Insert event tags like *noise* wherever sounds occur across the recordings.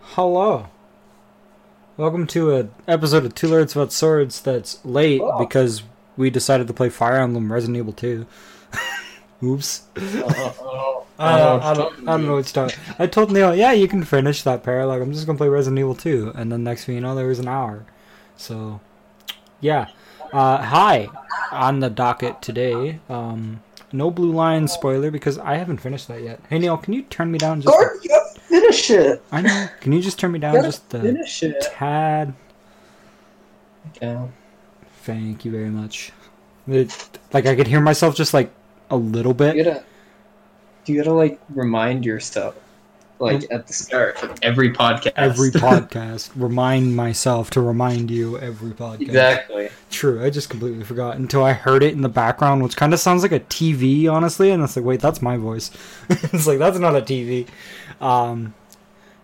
Hello. Welcome to an episode of Two Lords About Swords that's late Oh. because we decided to play Fire Emblem Resident Evil 2. *laughs* Oops. I don't, Uh, I, don't, I don't know what's talking. I told Neil, yeah, you can finish that paralog. I'm just gonna play Resident Evil 2, and then next thing you know, there was an hour. So, yeah. Uh, hi, on the docket today. Um, no blue line spoiler because I haven't finished that yet. Hey Neil, can you turn me down? Just Gord, you gotta finish it. I know. Can you just turn me down You gotta just a finish it. tad? Yeah. Thank you very much. It- like I could hear myself just like a little You bit. gotta, you gotta like remind yourself, like at the start of every podcast. *laughs* Every *laughs* podcast, remind myself to remind you every podcast. exactly. True, I just completely forgot until I heard it in the background, which kind of sounds like a TV, honestly. And it's like, wait, that's my voice. *laughs* it's like that's not a TV. Um,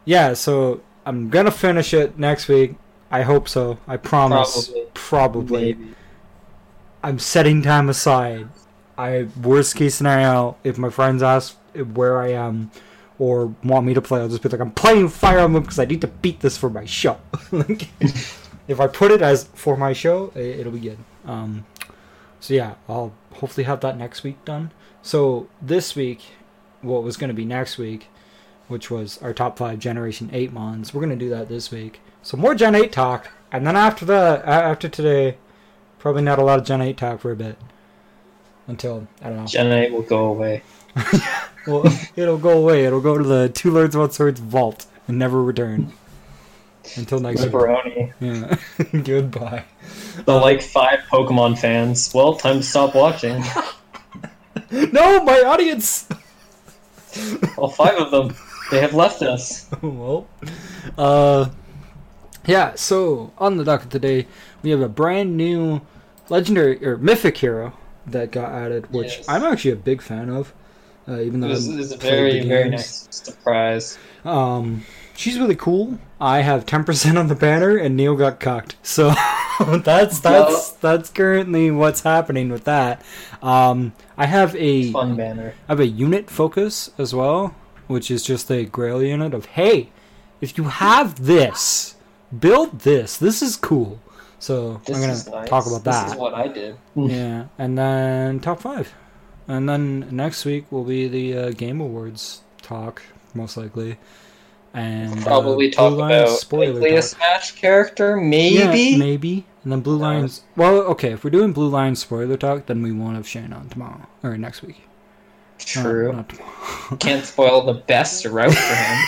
yeah, so I'm gonna finish it next week. I hope so. I promise. Probably. Probably. I'm setting time aside. I worst case scenario, if my friends ask where I am or want me to play, I'll just be like, I'm playing Fire Emblem because I need to beat this for my show. *laughs* like, if I put it as for my show, i- it'll be good. Um, so yeah, I'll hopefully have that next week done. So this week, what was going to be next week, which was our top five Generation Eight mons, we're going to do that this week. So more Gen Eight talk, and then after that, a- after today, probably not a lot of Gen Eight talk for a bit. Until I don't know. Gen 8 will go away. Well, *laughs* it'll go away. It'll go to the Two Lords One Swords vault and never return. Until next week. Pepperoni. Yeah. *laughs* Goodbye. The like five Pokemon fans. Well, time to stop *laughs* watching. No, my audience. *laughs* All five of them. They have left us. well, uh, yeah. So on the docket today, we have a brand new legendary or mythic hero that got added, which Yes. I'm actually a big fan of. Uh, even though It was, I it was a haven't played very, the very games. nice surprise. Um, she's really cool. I have ten percent on the banner, and Neil got cocked. So *laughs* that's that's that's currently what's happening with that. Um, I have a Fun banner. I have a unit focus as well, which is just a grail unit of hey, if you have this, build this. This is cool. So This I'm gonna is nice. talk about that. This is what I did. yeah, and then top five, and then next week will be the uh, game awards talk most likely, and uh, Probably talk Blue Lions about spoiler likely a talk. Smash character, maybe? Yeah, maybe, and then Blue No. Lions. Well, okay, if we're doing Blue Lions spoiler talk, then we won't have Shane on tomorrow or next week. Not- True. not tomorrow. Can't spoil the best route for him.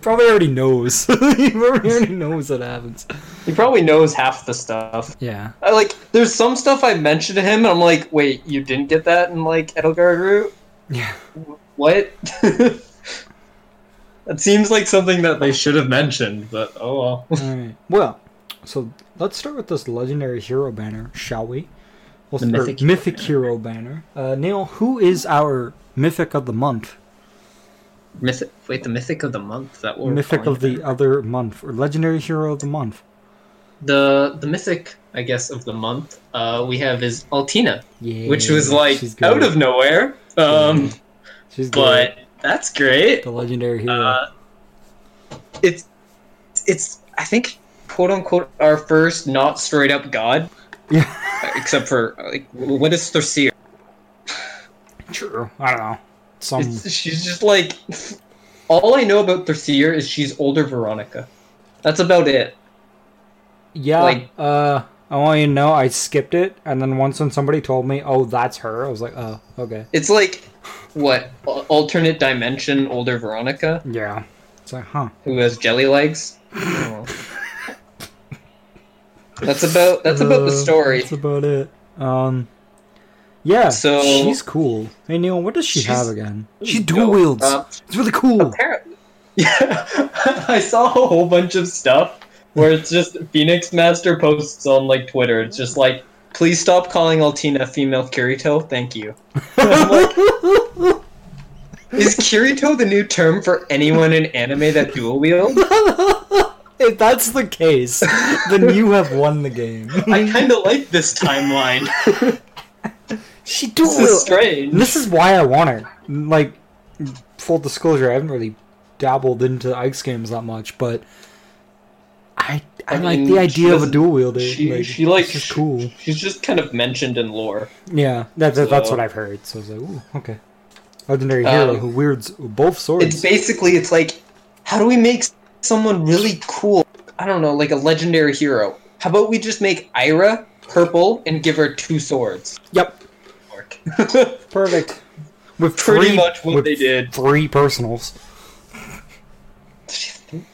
Probably already knows. *laughs* he probably already knows that happens. He probably knows half the stuff. Yeah. I like there's some stuff I mentioned to him and I'm like, wait, you didn't get that in like Edelgard route? Yeah. What? *laughs* that seems like something that they should have mentioned, but oh well. *laughs* All right. Well, so let's start with this legendary hero banner, shall we? We'll The start- mythic hero mythic hero banner. Uh, Neil, who is our mythic of the month? Mythic wait, the mythic of the month that will mythic of the other month, or legendary hero of the month? the the mythic, I guess, of the month, uh we have is Altina, Yeah. which was like she's out good. of nowhere. Um She's good. but that's great. the legendary hero. Uh, it's it's I think quote unquote our first not straight up god, *laughs* yeah. except for like what is Therseer? True. I don't know. Some. It's she's just like *laughs* all I know about Therseer is she's older Veronica. That's about it. Yeah. like- uh, I want you to know I skipped it, and then once when somebody told me, "Oh, that's her," I was like, "Oh, okay." It's like what al- alternate dimension older Veronica Yeah. It's like, huh. who has jelly legs. Oh. That's about that's about the Uh, story. That's about it. Um, yeah. So- she's cool. Hey Neil, what does she She's- have again? She dual wields. Uh, it's really cool. Apparently. *laughs* Yeah, I saw a whole bunch of stuff where it's just Phoenix Master posts on like Twitter. It's just like, please stop calling Altina female Kirito. Thank you. I'm like, *laughs* Is Kirito the new term for anyone in anime that dual wield? if that's the case, then you have won the game. I kind of like this timeline. she dual *laughs* this is wields. strange. This is why I want her. Like, full disclosure, I haven't really dabbled into Ike's games that much, but I I, I like mean, the she idea of a doesn't- dual wielder. She like, she like it's just sh- cool. She's just kind of mentioned in lore. Yeah, that's that's So- what I've heard. So I was like, ooh, okay. Legendary Um, hero who wields both It's swords. basically it's like, how do we make someone really cool? I don't know, like a legendary hero. How about we just make Ira purple and give her two swords? Yep, *laughs* perfect. With Pretty three- much what with they did. Three personals.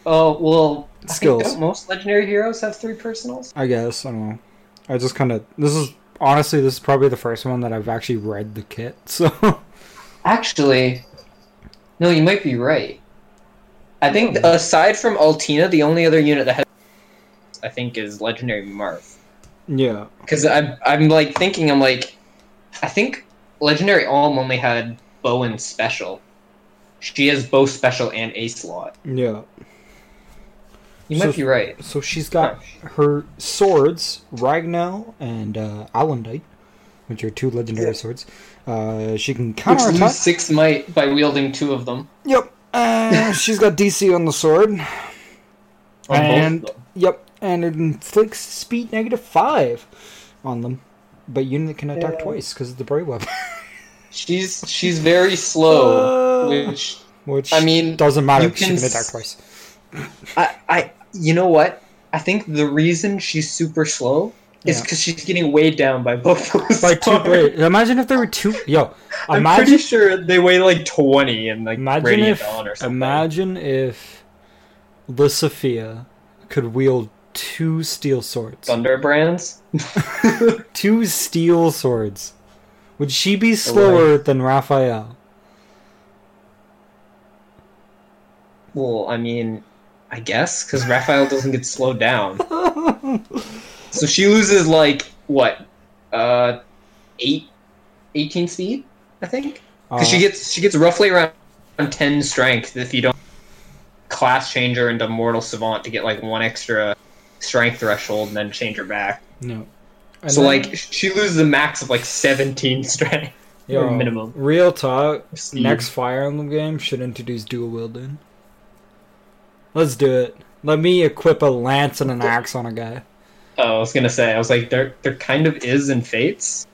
Oh well, I think Skills. don't most legendary heroes have three personals. I guess I don't know. I just kind of this is honestly this is probably the first one that I've actually read the kit. *laughs* So Actually, no, you might be right. I think aside from Altina, the only other unit that has, I think, is legendary Marth. yeah, Because I'm, I'm like thinking, I'm like, I think legendary Alm only had bow and special. She has bow special and ace lot. yeah. You So- might be right. So she's got her swords, Ragnell and uh, Alundite, which are two legendary Yeah. swords. Uh, she can Which counterattack. lose six might by wielding two of them. Yep. Uh, she's got DC on the sword. On both of and them. yep, and it inflicts speed negative five on them. But unit can attack Yeah. twice because of the brave weapon. She's she's very slow, Uh, which *laughs* Which I mean, doesn't matter. you She can can attack s- twice. I, I, you know what? I think the reason she's super slow is Yeah. because she's getting weighed down by both those. By two stars. brave. Imagine if there were two. Yo, *laughs* I'm imagine. pretty sure they weigh like twenty and like Imagine radiant if. dawn or something. Imagine if, the Sophia could wield two steel swords. Thunderbrands. Two steel swords. Would she be slower than Raphael? Well, I mean, I guess because Raphael doesn't get slowed *laughs* down, so she loses like what, uh, eight, 18 speed, I think, because she Uh, gets she gets roughly around ten strength if you don't class change her into mortal savant to get like one extra strength threshold and then change her back. No. And so then- like she loses a max of like seventeen *laughs* strength or Yo, minimum. Real talk. speed. Next Fire Emblem game should introduce dual wielding. Let's do it. Let me equip a lance and an axe on a guy. Oh, I was gonna say, I was like, there, there kind of is in Fates.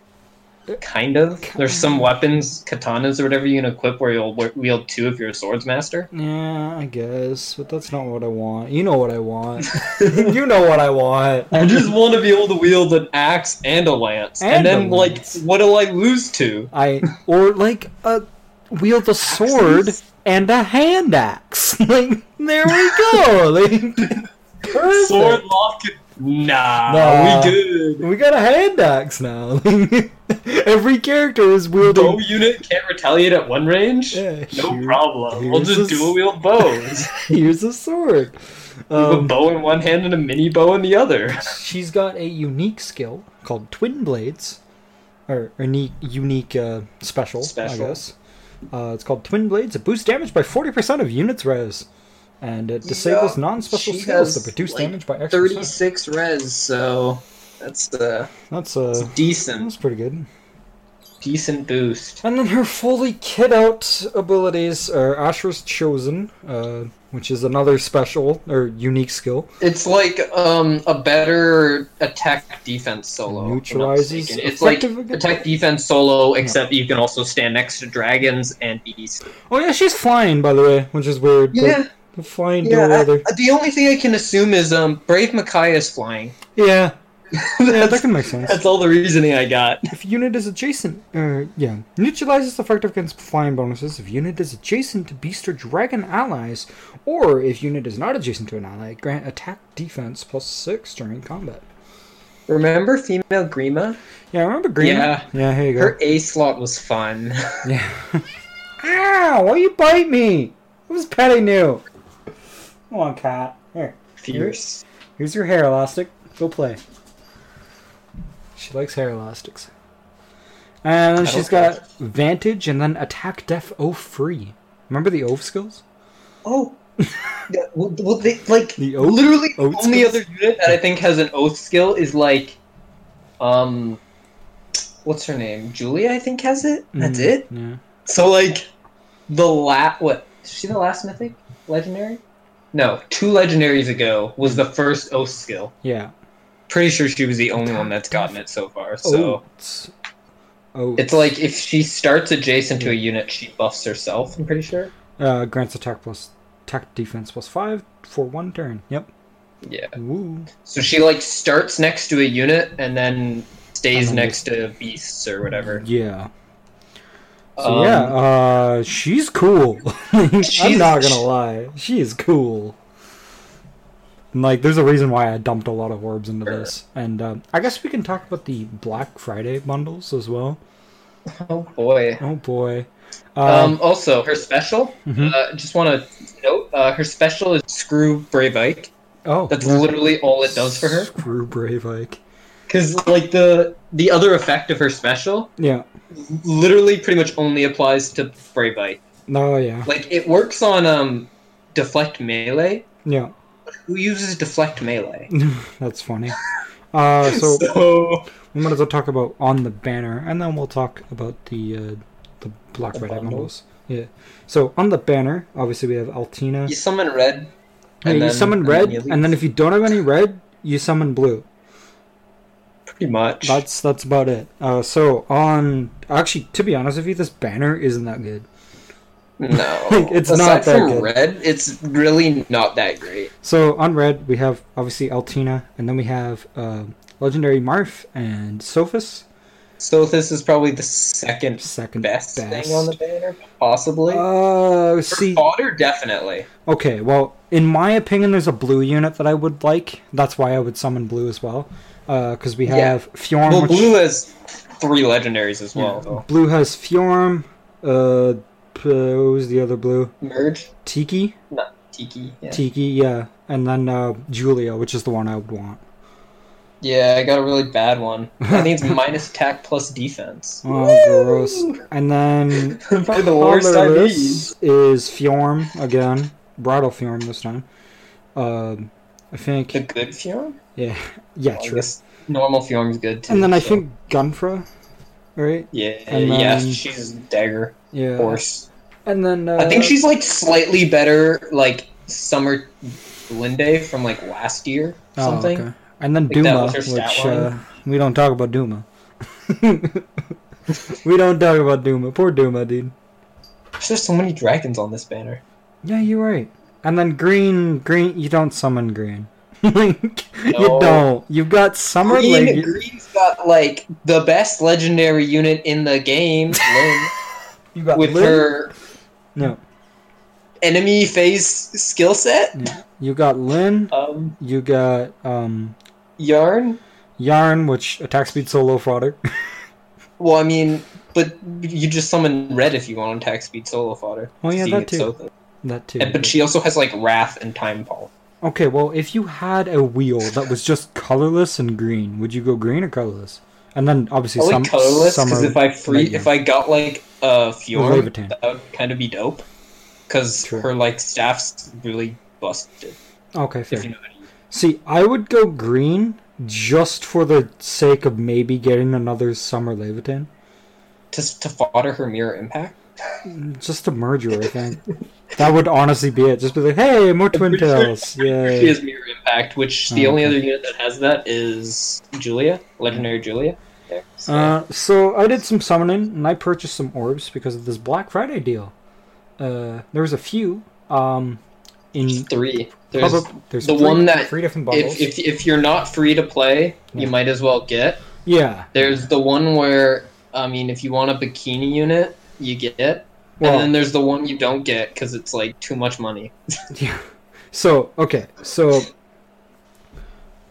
Kind of. There's some weapons, katanas or whatever you can equip where you'll wi- wield two if you're a swords master. Yeah, I guess, but that's not what I want. You know what I *laughs* want. you know what I want. I *laughs* just want to be able to wield an axe and a lance, And and, a then lance. like, what do I lose to? I or like a wield a sword Axes? and a hand axe. *laughs* Like there we go. Like perfect. Sword locket? Nah, Nah. we good. We got a hand axe now. *laughs* Every character is Bow wielding. unit can't retaliate at one range. Yeah, no here- problem. We'll here's just a s- dual wield bows. *laughs* Here's a sword. a Um, bow in one hand and a mini bow in the other. she's got a unique skill called Twin Blades, or a unique, unique uh, special, Special. I guess. Uh, it's called Twin Blades. It boosts damage by 40% of units res, and it disables Yeah, non-special she skills has, that reduce like, damage by extra. percent. Thirty-six res, so that's uh, That's It's uh, decent, that's pretty good. decent boost. And then her fully kit out abilities are Asher's Chosen, uh, which is another special or unique skill. It's like um a better attack defense solo. if I'm not Neutralizes mistaken. It's like effective against- attack defense solo, except you can also stand next to dragons and beasts. Oh yeah, she's flying by the way, which is weird. but Yeah, the flying yeah. dual I- wielder. I- the only thing I can assume is um Brave Makai is flying. *laughs* Yeah, yeah, that that's, can make sense. that's all the reasoning I got. If unit is adjacent, uh, yeah, neutralizes effective against flying bonuses. If unit is adjacent to beast or dragon allies, or if unit is not adjacent to an ally, grant attack defense plus six during combat. Remember female Grima? Yeah, remember green. Yeah. yeah, here you go. Her A slot was fun. *laughs* *laughs* Yeah. Ow! Why you bite me? It was petting you. Come on, cat. Here, Fierce. here's your hair elastic. Go play. She likes hair elastics. And then I she's don't care. got vantage and then attack def o free. Remember the oaf skills? Oh. Yeah, well, well, they, like The oath- literally the oath only skills? other unit that I think has an oath skill is like, um, what's Mm-hmm. her name? Julia, I think has it. That's Mm, it. Yeah. So like, the la what Did you see the last mythic legendary? No, two legendaries ago was the first oath skill. Yeah. Pretty sure she was the only one that's gotten it so far. So Oats. Oats. it's like if she starts adjacent to a unit, she buffs herself. I'm pretty sure. uh, grants attack plus attack defense plus five for one turn. Yep. Yeah. Woo. So she like starts next to a unit and then stays And then next to beasts or whatever. Yeah. So Um, yeah, uh, she's cool. *laughs* I'm She's- not gonna lie, she is cool. And, like, there's a reason why I dumped a lot of orbs into Sure. this, and um, I guess we can talk about the Black Friday bundles as well. Oh boy. Oh boy. Um, Um, also, her special. mhm. Uh, just want to note uh, her special is screw Bravike. oh, That's literally all it does for her. Screw Brave Ike. Because like the the other effect of her special Yeah. literally pretty much only applies to Bravike. Oh yeah. Like it works on um deflect melee. Yeah. *laughs* Who uses deflect melee? That's funny. Uh, so *laughs* So we might as well talk about on the banner, and then we'll talk about the uh, the Black The Friday bundles? bundles. Yeah. So on the banner, obviously we have Altina. you summon red. Yeah, and you then- summon and red, then you leave. and then if you don't have any red, you summon blue. Pretty much. That's that's about it. Uh, so on, actually, to be honest with you, this banner isn't that good. No, *laughs* Like, it's Aside not that from good. red. It's really not that great. So on red, we have obviously Altina, and then we have uh, legendary Marth and Sophus. So this is probably the second Second best, thing on the banner, possibly. Uh, For see, fodder, definitely. Okay, well, in my opinion, there's a blue unit that I would like. That's why I would summon blue as well, because we Yeah. have Fjorm. Well, which- blue has three legendaries as well. yeah, blue has Fjorm. Uh, p- who's the other blue? though. Merge, Tiki, not Tiki. Yeah. Tiki, yeah, and then uh, Julia, which is the one I would want. yeah, I got a really bad *laughs* one. I think it's minus attack plus defense. Oh, gross! And *laughs* then Probably the worst I've used. colorless is Fjorm again, Bridal Fjorm this time. Um, I think, The good Fjorm? yeah, yeah, Well, I true. guess normal Fjorm's good too. And then I so- think Gunfra, right? Yeah, and yeah, then- she's dagger, Yeah. horse. And then uh, I think she's like slightly better, like Summer Linde from like last year, oh, something. okay. And then Like, that Duma, was her stat which line. uh, we don't talk about Duma. *laughs* we don't talk about Duma. Poor Duma, dude. There's just so many dragons on this banner. Yeah, you're right. And then green, green. You don't summon green. *laughs* like you No. don't. You've got summer Green, lady. Green's got like the best legendary unit in the game, *laughs* Lynn, You got with Lin- her No, enemy phase skill set. no. You got Lin. Um, You got um Yarn. Yarn, which attack speed so low for otter. Well, I mean, but you just summon red if you want attack speed solo fodder. Oh, yeah, See, that it's too. so- *laughs* that too. and, but she also has like wrath and time pulse. Okay, well, if you had a wheel that was just colorless and green, would you go green or colorless? And then obviously Probably some colorless some because are if I free, red, yeah. if I got like a Or Fjorm, Leviathan. that would kind of be dope. Because True. her like staff's really busted. okay, fair. If you know what I mean. See, I would go green just for the sake of maybe getting another summer Levitan, Just to fodder her mirror impact. just to merge her. I *laughs* think that would honestly be it. Just be like, hey, more twin pretty sure- tails, *laughs* She *laughs* yay! has mirror impact, which the Oh, only okay. other unit that has that is Julia, legendary Julia. There. So, Uh, so I did some summoning and I purchased some orbs because of this Black Friday deal. Uh, there was a few. Um, in three. There's probab- there's the three- one that- three different bundles. if, if if you're not free to play, Yeah. you might as well get. yeah. There's the one where I mean, if you want a bikini unit, you get it. Well- and then there's the one you don't get because it's like too much money. So okay, so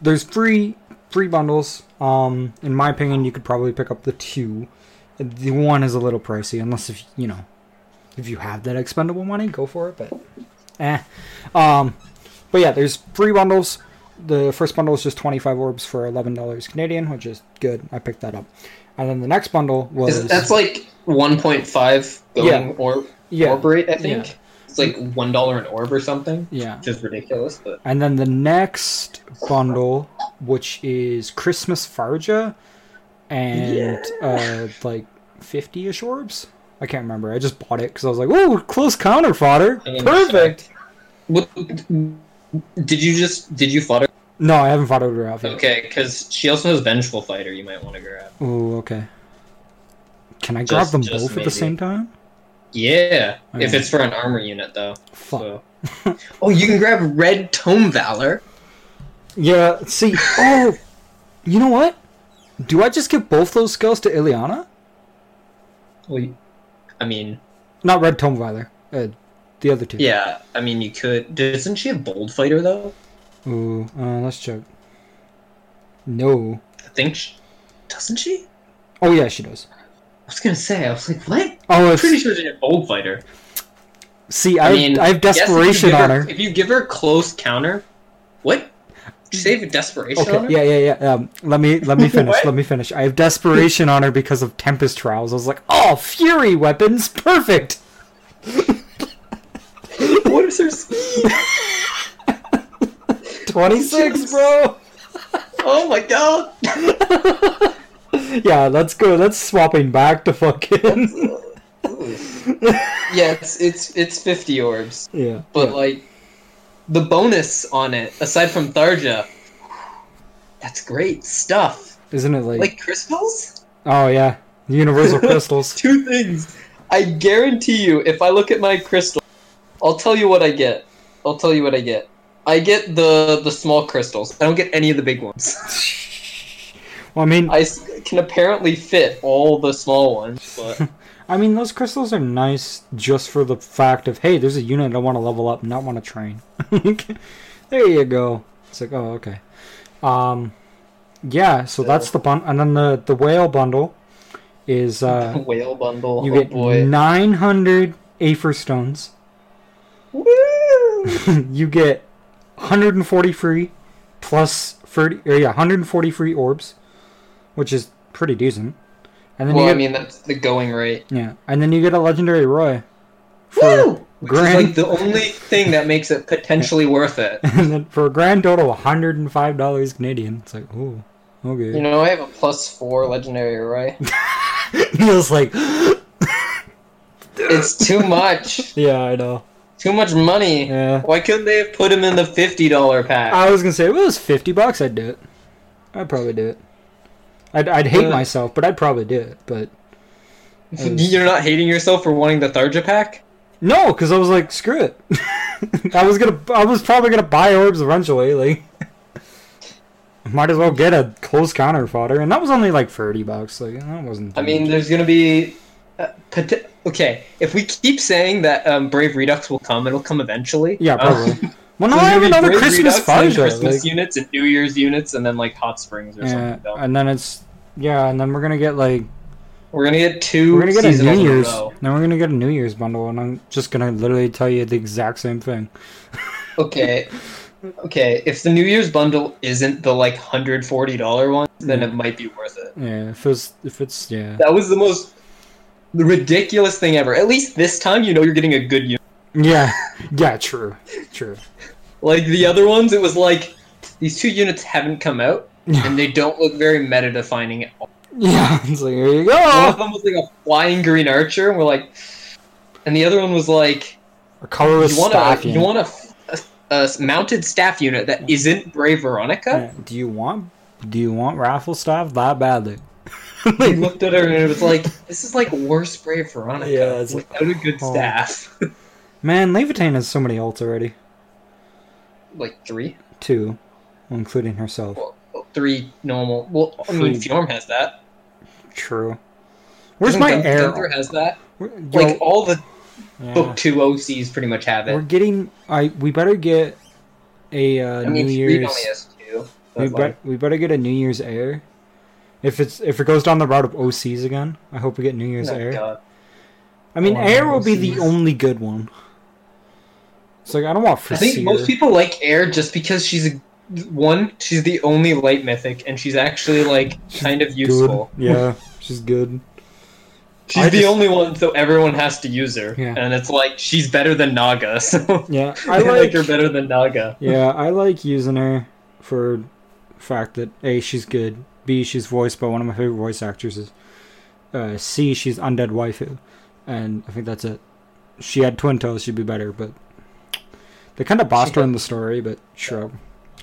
there's three three bundles. Um, in my opinion, you could probably pick up the two. The one is a little pricey, unless if you know if you have that expendable money, go for it. But eh, um, but yeah, there's three bundles. The first bundle is just 25 orbs for $11 Canadian, which is good. I picked that up. And then the next bundle was Is, that's like 1.5 going orb, yeah, orb rate, I think. Yeah. It's like one dollar an orb or something, yeah. which is ridiculous. But And then the next bundle, which is Christmas Farja and uh, like 50 ish orbs. I can't remember. I just bought it because I was like, "Ooh, close counter fodder, I understand. perfect." What, did you just did you fodder? No, I haven't fought over outfit. Okay, because she also has vengeful fighter. You might want to grab. Ooh, okay. Can I Just- grab them just both at maybe. the same time? Yeah, if Okay. it's for an armor unit though. Oh, Fuck. *laughs* So. oh, you can grab red tome valor. Yeah. See. Oh, you know what? Do I just give both those skills to Ileana? Well, you- I mean, Not Red Tome Violet. Uh, the other two. yeah, I mean you could. Doesn't she have bold fighter though? Ooh. Uh, let's check. No. I think. She, doesn't she? Oh yeah, she does. I was gonna say. I was like, what? Oh, I'm it's, pretty sure she had bold fighter. see, I, I have- mean, I have yes, if you desperation give on her. If you give her close counter, what? Did you say you have desperation on her? Okay, yeah, yeah, yeah. Um, let me let *laughs* me finish. What? let me finish. I have desperation on her because of Tempest Trials. I was like, oh, fury weapons, *laughs* perfect. *laughs* what is her speed? Twenty six, bro. Oh my god! Yeah, let's go. That's swapping back to fucking. yeah, it's it's it's fifty orbs, *laughs* yeah, but like the bonus on it, aside from Tharja, that's great stuff. isn't it like? Like crystals, oh yeah, universal *laughs* crystals. two things. I guarantee you, if I look at my crystal, I'll tell you what I get. I'll tell you what I get. I get the the small crystals. I don't get any of the big ones. Well, I mean, I s- can apparently fit all the small ones, but I mean, those crystals are nice just for the fact of hey, there's a unit I want to level up, not want to train. *laughs* there you go. It's like oh okay, um, yeah. So that's the bun, and then the the whale bundle is uh, *laughs* whale bundle. you *laughs* oh get boy. 900 aether stones. *laughs* Woo! you get 140 free plus 30 or yeah 140 free orbs, which is pretty decent. And then Well, you I get mean that's the going rate. yeah, and then you get a legendary Roy. For, Woo! Which is grand. like the only thing that makes it *laughs* potentially worth it. and then for a grand total of hundred and five dollars Canadian. It's like, oh, okay. *laughs* You know, I have a plus four legendary array. Neil's like, It's too *laughs* much. yeah, I know. too much money. Yeah. Why couldn't they have put him in the fifty dollar pack? I was gonna say if it was fifty bucks, I'd do it. I'd probably do it. I'd, I'd hate Yeah. myself, but I'd probably do it. But You're not hating yourself for wanting the Tharja pack? no, because I was like, screw it. *laughs* I was gonna, I was probably gonna buy orbs eventually. Like, *laughs* might as well get a close counter fodder, and that was only like thirty bucks. Like, that wasn't. I mean, there's gonna be. Uh, pot- okay, if we keep saying that um, Brave Redux will come, it'll come eventually. yeah, Um, probably. *laughs* well, now there's I have gonna be another Brave Christmas Redux and fodder. Christmas like- units and New Year's units, and then like Hot Springs or Yeah, Uh, something. though. and then it's yeah, and then we're gonna get like We're gonna get 2 we're gonna get a seasonals New in a Year's. row. Then we're gonna get a New Year's bundle, and I'm just gonna literally tell you the exact same thing. Okay, okay. If the New Year's bundle isn't the like hundred forty dollar one, then Mm. it might be worth it. Yeah, if it's if it's yeah, That was the most ridiculous thing ever. At least this time, you know, you're getting a good unit. yeah, *laughs* yeah, true, true. Like the other ones, it was like these two units haven't *laughs* come out, and they don't look very meta defining at all. Yeah, *laughs* it's like here you One of go, them was like a flying green archer, and we're like, and the other one was like, a colorless you want staff a you unit. want a, a, a mounted staff unit that isn't Brave Veronica. Yeah, Do you want do you want raffle staff that badly? We looked at her and it was like, this is like worse Brave Veronica. Yeah, it's like, without a good oh. staff. *laughs* Man, Levitain has so many ults already, like three, two, including herself. well, three normal. Well, I mean, Three. Fjorm has that. True. Where's Doesn't my Gun- air? Gunther has that. Where- yo, Like oh, all the yeah. book two OCs pretty much have We're it. getting. I we better get a uh, I mean, New Reed only Year's. has two. We, but, like, bet- we better get a New Year's air. If it's if it goes down the route of OCs again, I hope we get New Year's oh, air. God. I mean, Oh, air no, will be the OCs. only good one. It's like I don't want I Fraseer. think most people like Air just because she's a, one. She's the only light mythic, and she's actually like kind of useful. Good. Yeah, she's good. She's I the just- only one, so everyone has to use her. Yeah. And it's like she's better than Naga, *laughs* so Yeah, I I like her like. better than Naga. yeah, I like using her for fact that a she's good, b she's voiced by one of my favorite voice actresses, uh, c she's undead waifu, and I think that's it. She had twin toes, she'd be better, but they kind of bossed her in the story. But sure,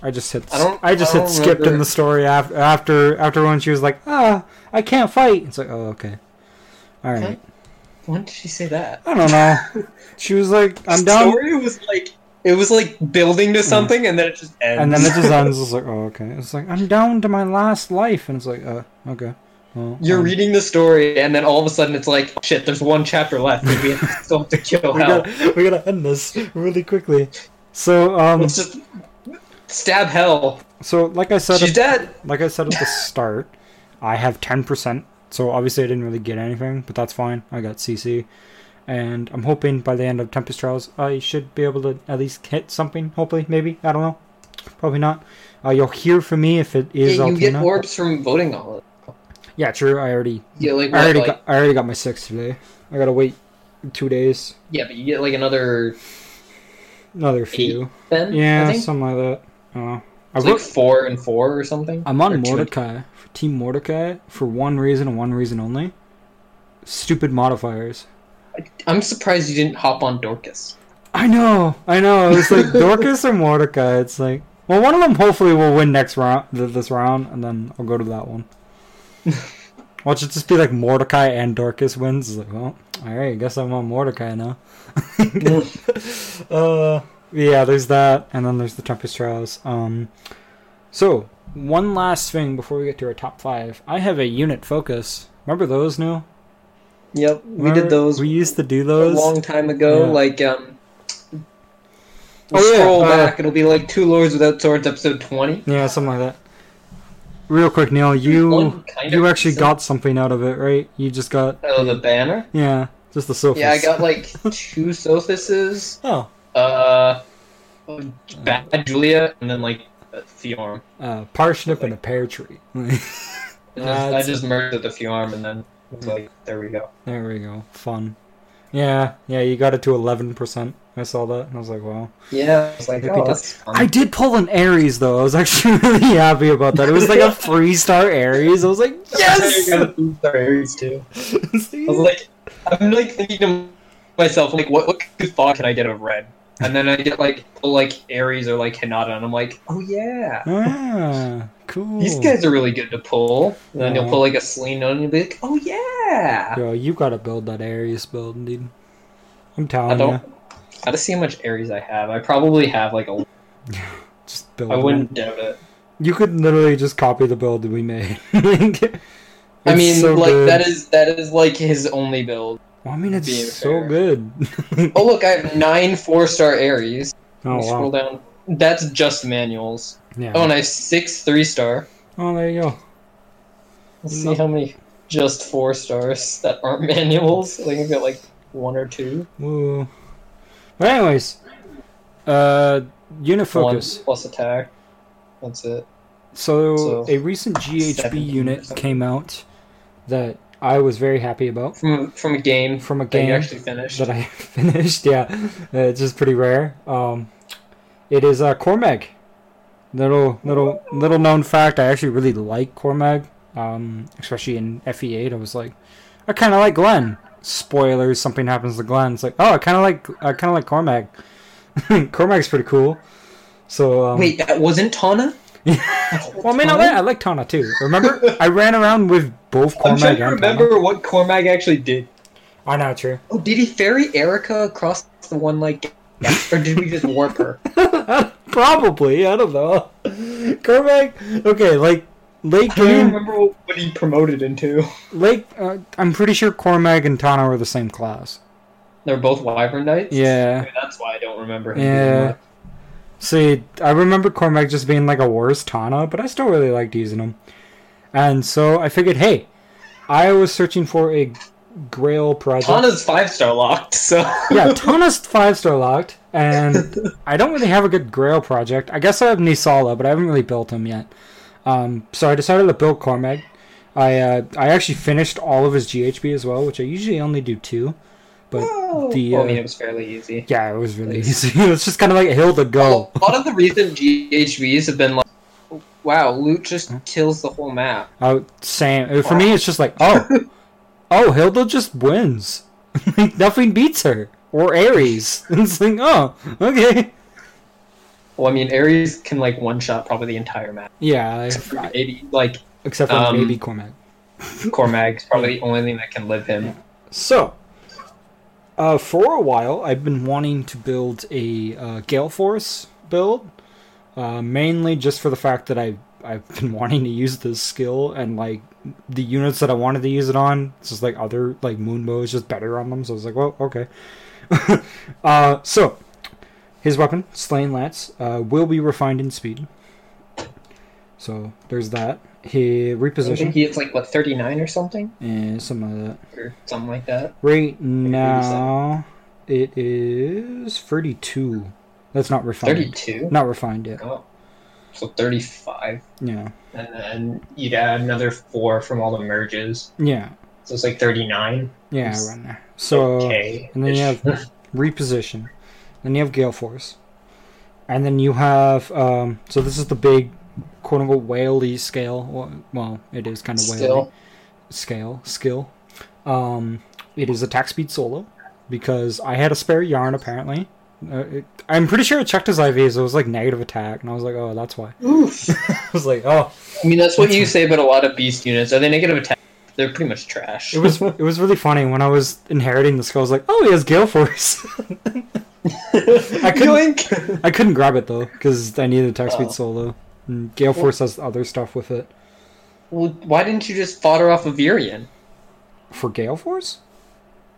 I just hit I don't- I, just I hit don't skipped in remember. the story after after after when she was like, ah, I can't fight. It's like, oh okay, all right. Okay. When did she say that? I don't *laughs* know. she was like, I'm down, Story was like it was like building to something, and then it just ends. and then it just ends. It's like, oh okay. It's like I'm down to my last life, and it's like, uh, okay. Well, *laughs* You're um, reading the story, and then all of a sudden it's like, shit, there's one chapter left, and we have to- *laughs* still have to kill we Hell. gotta, *laughs* we gotta end this really quickly. So, um, Let's just stab Hell. so like I said, She's dead. like I said at the start, I have ten percent. So obviously I didn't really get anything, but that's fine. I got CC, and I'm hoping by the end of Tempest Trials I should be able to at least hit something. Hopefully, maybe I don't know, probably not. Uh, you'll hear from me if it is Yeah, you get Altina. orbs from voting on it. yeah, true. I already, Yeah, like, I what, already like got, I already got my six today. I gotta wait two days, yeah, but you get like another another few. ten. I Yeah, think. something like that. I don't know. I It's wrote- like four and four or something. I'm on Or two and- Mordecai, for Team Mordecai, for one reason and one reason only. Stupid modifiers. I'm surprised you didn't hop on Dorcas. I know, I know. It's like Dorcas or Mordecai. It's like, well, one of them hopefully will win next round, th- this round, and then I'll go to that *laughs* one. Watch it just be like Mordecai and Dorcas wins. It's like, well, all right, I guess I'm on Mordecai *laughs* now. uh, yeah, there's that, and then there's the Tempest Trials. Um, so one last thing before we get to our top five, I have a unit focus. Remember those new? Yep, we Remember- did those We used to do a those. long time ago. Yeah. Like, um, Oh, yeah, scroll uh, back, it'll be like Two Lords Without Swords, episode twenty. Yeah, something like that. Real quick, Neil, you One kind you of actually decent. got something out of it, right? You just got Oh, the banner. yeah, just the surface. Yeah, I got like *laughs* two Sophises, *laughs* Oh, uh, Bad Julia, and then like a Fiorm. uh, parsnip and a pear tree. *laughs* I just, I That's- just merged with the Fiorm, and then was like, there we go. there we go, fun. Yeah, yeah, you got it to eleven percent. I saw that and I was like, wow. Yeah, I was like, Hippie oh, duck. that's fun. *laughs* I did pull an Aries though. I was actually *laughs* really happy about that. It was like *laughs* a three star Aries. I was like, yes. I got a blue star Aries too. See? I was like, I'm like thinking to myself, like, what what fog can I get of red? And then I get like pull, like Aries or like Hinata, and I'm like, oh yeah, *laughs* ah, cool. these guys are really good to pull. And then you'll Yeah. pull like a Selena, and you'll be like, oh yeah. Yo, you gotta build that Aries build, dude. I'm I telling you, don't. I gotta see how much Aries I have. I probably have like a. just build. I it. wouldn't doubt it. You could literally just copy the build that we made. *laughs* I mean, like that is that is like his only build. Well, I mean, being it's so fair. good. Oh look, I have nine four star Aries. *laughs* oh Let me Scroll wow. down. That's just manuals. Yeah. Oh, and I have six three star. Oh, there you go. Let's No. see how many just four stars that aren't *laughs* manuals. I think I've got like one or two. Woo. But anyways, uh, unit focus. One plus attack. That's it. So, So, a recent GHB 17 unit percent. came out that I was very happy about From from a game from a that you game actually finished. that I *laughs* finished. Yeah, Uh, it's just pretty rare. Um, it is uh, Cormeg. Little little little known fact. I actually really like Cormeg, um, especially in FE8. I was like, I kind of like Glenn. Spoilers: something happens to Glenn. It's like, oh, I kind of like I kind of like *laughs* Cormeg. Cormeg's pretty cool. So um, Wait, that *laughs* wasn't Tana. well, I mean, I like, I like Tana too. Remember, I ran around with both I'm Cormag trying to and remember Tana. what Cormag actually did. I know, true. Oh, did he ferry Erica across the one like, or did we just warp *laughs* her? Probably, I don't know. Cormac, okay, like late I don't even game, remember what, what he promoted into. late. Uh, I'm pretty sure Cormac and Tana were the same class. They're both Wyvern Knights. Yeah. Maybe that's why I don't remember. Him Yeah. Being much. See, I remember Cormac just being like a worse Tana, but I still really liked using him. And so I figured, hey, I was searching for a Grail project. Tana's five star locked, so *laughs* yeah, Tana's five star locked, and I don't really have a good Grail project. I guess I have Nisala, but I haven't really built him yet. Um, so I decided to build Cormeg. I uh, I actually finished all of his GHB as well, which I usually only do two, but the Well, uh, I mean, it was fairly easy. yeah, it was really easy. *laughs* it was just kind of like a hill to go. A lot of the recent GHVs have been like, wow, loot just kills the whole map. I would- same uh, for me, it's just like oh, oh, Hilda just wins. *laughs* like nothing beats her or Ares. *laughs* it's like, oh, okay, Well, I mean, Ares can like one shot probably the entire map. yeah. Except I- for Maybe like except for Um, maybe Cormac. Cormac's probably the only thing that can live him. So, uh, for a while, I've been wanting to build a uh, Gale Force build, uh, mainly just for the fact that I I've been *laughs* wanting to use this skill and like the units that I wanted to use it on, it's just like other like Moonbow is just better on them. So I was like, well, okay. *laughs* uh, so his weapon, Slain Lance, uh, will be refined in speed. So there's that. He I think reposition he hits like what 39 or something and some of that. or something like that. Right now, it is 32. That's not refined. 32. Not refined yet. Oh. So 35, Yeah. and then you'd add another four from all the merges, Yeah. so it's like 39. Yeah, It's right now. So, okay. Oh, and then you *laughs* have reposition. Then you have Gale Force. And then you have, um, so this is the big quote unquote whaley scale. Well- Well, it is kind of whaley. Still, scale skill. Um, it is attack speed solo because I had a spare yarn apparently. Uh, it, I'm pretty sure it checked his IVs. It was like negative attack, and I was like, oh, that's why. *laughs* Oof. I was like, oh, I mean, that's what you say about a lot of beast units. Are they negative attack? They're pretty much trash. it was *laughs* it was really funny when I was inheriting the skill. I was like, oh, he has Gale Force. *laughs* I couldn't- Yoink! I couldn't grab it though because I needed attack Oh. speed solo. And Gale Force has other stuff with it. Well, why didn't you just fodder off of Virion? For Gale Force?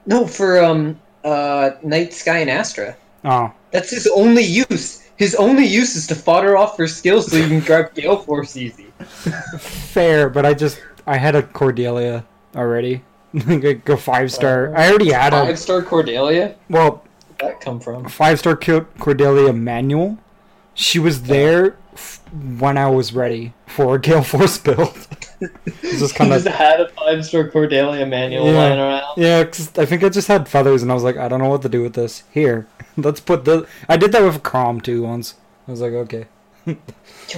No, for um, uh, Night Sky and Astra. Oh, That's his only use. His only use is to fodder off for skills so you can grab Gale Force *laughs* easy. Oh. fair, but I just I had a Cordelia already. *laughs* Like, Go five star. I already had a Oh. Five star Cordelia? well. Where'd that come from? five star Cordelia Manual. She was there f- when I was ready for a Gale Force build. It's just kind of *laughs* just had a five star Cordelia manual Yeah. lying around. yeah. 'cause I think I just had feathers, and I was like, I don't know what to do with this. Here, *laughs* let's put the. I did that with Crom too once. I was like, *laughs* okay, Yo,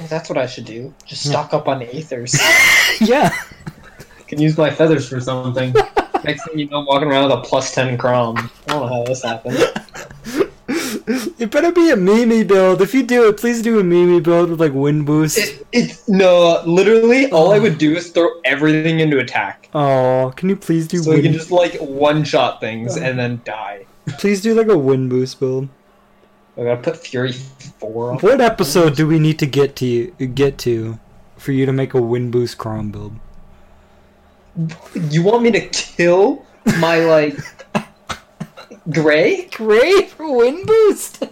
that's what I should do. Just stock up on Aethers. *laughs* yeah, can use my feathers for something. Next thing you know, I'm walking around with a plus 10 crom. I don't know how *laughs* this happened. *laughs* it better be a Mimi build. If you do it, please do a Mimi build with like wind *laughs* boost. It, it's no, literally, all I would do is throw everything into attack. Oh, can you please do So we wind? can just like one shot things and then die. *laughs* please do like a wind boost build. I gotta put Fury 4 on. What episode do we need to get to you, get to for you to make a wind boost Crom build? You want me to kill *laughs* my like Gray? Great for wind boost.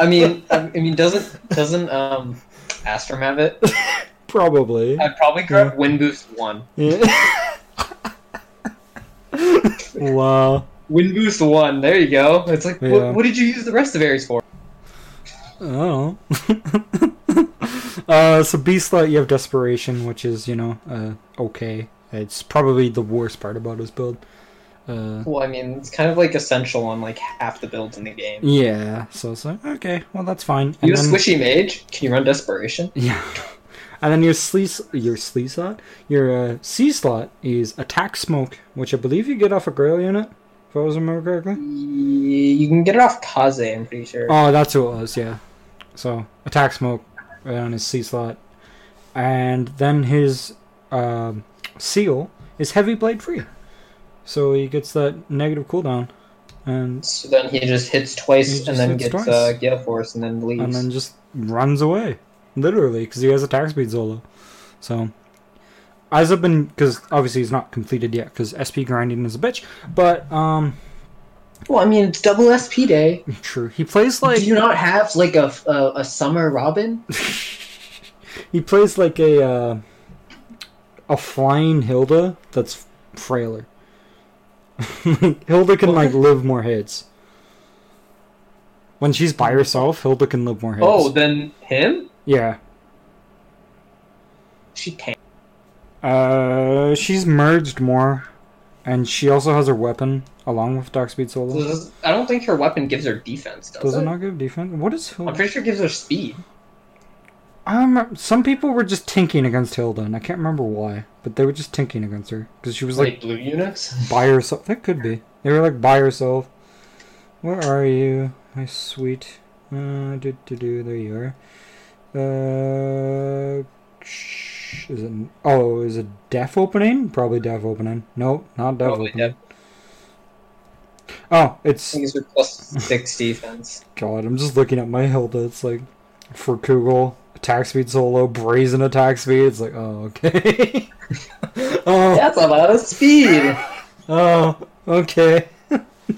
I mean, I, I mean, doesn't doesn't um Astrum have it? *laughs* Probably. I'd probably grab Wind Boost one. Yeah. wow. Wind Boost one. There you go. It's like, Yeah. what, what did you use the rest of Ares for? Oh. *laughs* uh, so Beastlet, you have Desperation, which is you know uh, okay. It's probably the worst part about his build. Uh, Well, I mean, it's kind of like essential on like half the builds in the game. yeah. So it's like okay, well that's fine. You And have then- Squishy Mage. Can you run Desperation? *laughs* Yeah. And then your sleeve, your sleeve slot, your uh, C slot is attack smoke, which I believe you get off a grail unit, if I was remember correctly. You can get it off Kaze. I'm pretty sure. Oh, that's who it was. Yeah. So attack smoke right on his C slot, and then his um seal is heavy blade free, so he gets that negative cooldown, and So then he just hits twice He just and then hits gets twice. Uh, Gale Force and then leaves. and then just runs away, literally, because he has attack speed solo. So, as I've been, because obviously he's not completed yet, because SP grinding is a bitch. But um, Well, I mean, it's double SP day. true, he plays like Do you not have like a a, a summer robin? he plays like a uh, a flying Hilda that's frailer. *laughs* Hilda can like live more hits. When she's by herself, Hilda can live more hits. Oh, then him? yeah. She tank. Uh, she's merged more, and she also has her weapon along with dark speed solo. Does, I don't think her weapon gives her defense, does, it it? not give defense? What is I'm Hilda? pretty sure it gives her speed. I remember some people were just tinking against Hilda, and I can't remember why, but they were just tinking against her because she was like Like blue eunuchs? by herself. That could be. They were like by herself. Where are you, my sweet? Uh, do do do. There you are. Uh, sh- is it? Oh, is it deaf opening? Probably deaf opening. No, not deaf Probably opening. yeah. Oh, it's Things are plus six *laughs* defense. God. I'm just looking at my Hilda. It's like for Kugel attack speed solo brazen attack speed. It's like oh okay. *laughs* oh That's a lot of speed. Oh, okay. *laughs* All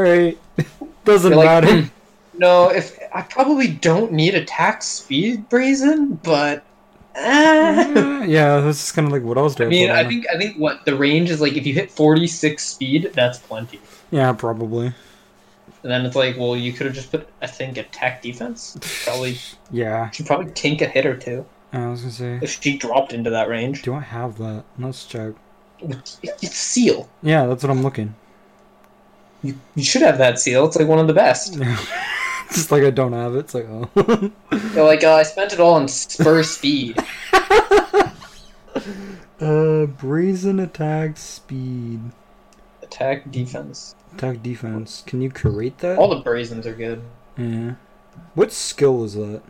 right. *laughs* *laughs* Doesn't You're like, matter. "Hmm, *laughs* no, if I probably don't need attack speed brazen, but eh. Uh, yeah, that's just kind of like what I was I doing. mean, I think I think what the range is like. If you hit forty six speed, that's plenty. Yeah, probably. And then it's like, well, you could have just put I think attack defense. Probably Yeah, should probably tink a hit or two I was gonna say. if she dropped into that range. Do I have that? Let's check. It's seal. Yeah, that's what I'm looking. *laughs* You, you should have that seal. It's like one of the best. just like I don't have it. It's like oh. *laughs* They're like, uh, I spent it all on spur speed. uh, brazen attack speed, *laughs* attack defense. attack defense. Can you create that? All the brazens are good. yeah. What skill is that?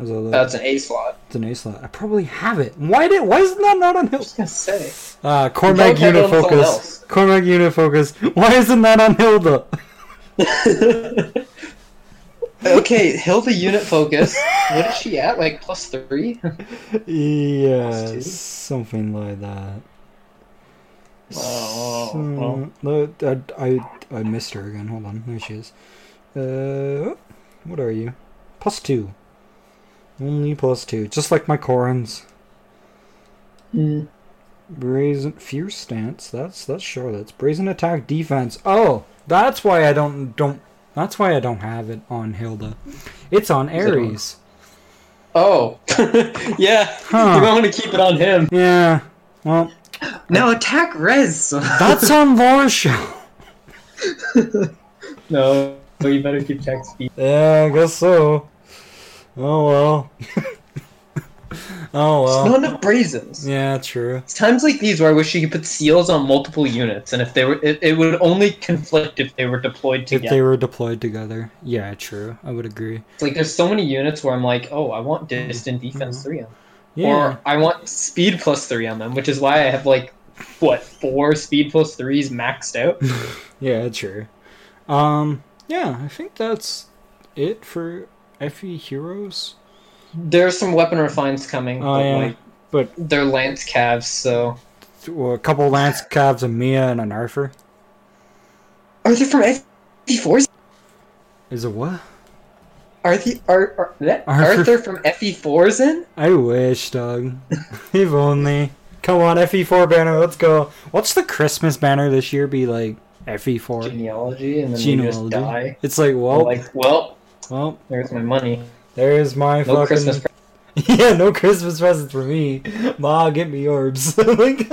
Is that That's an A slot. it's an A slot? I probably have it. Why did? Why isn't that not on I Hill? was gonna say. Ah, Don't Cormac have it on someone else. Unifocus. Cormac Unifocus. *laughs* Why isn't that on Hilda? okay, Hilda unit focus. What is she at? Like plus three? yeah, two. something like that. Oh, So- oh. no, I, I, I missed her again. Hold on, there she is. Uh, what are you? Plus two. Only plus two, just like my Corins. Mm. Brazen fierce stance. That's that's sure. That's brazen attack defense. Oh, that's why I don't don't. That's why I don't have it on Hilda. It's on Is it on- Ares. Oh. *laughs* yeah. Huh. You might want to keep it on him. Yeah. Well, Now attack Rez. *laughs* That's on Laura's show. no. So you better keep attack speed. Yeah, I guess so. Oh *laughs* well. oh There's well. not enough brazens. yeah, true. It's times like these where I wish you could put seals on multiple units, and if they were, it, it would only conflict if they were deployed If they together. were deployed together, yeah, true. I would agree. It's Like there's so many units where I'm like, oh, I want distant defense three on, them. Mm-hmm. Yeah, or I want speed plus three on them, which is why I have like what four speed plus threes *laughs* maxed out. yeah, true. Um, yeah, I think that's it for Fe heroes. There's some weapon refines coming, Oh but yeah, like but they're lance calves, so well, a couple lance calves, a Mia, and an Arthur. are they from FE4s? Is it what? Are the are, are that Arthur- Arthur from FE4s in? I wish, Doug. *laughs* if only. Come on, FE4 banner, let's go. What's the Christmas banner this year be like? E FE4. Genealogy, and then they just Genealogy. Oh. die. It's like, well, I'm like, well, well, there's my money. there's my No fucking. *laughs* Christmas. Pre- yeah, no Christmas presents for me. Ma, get me orbs. *laughs* like,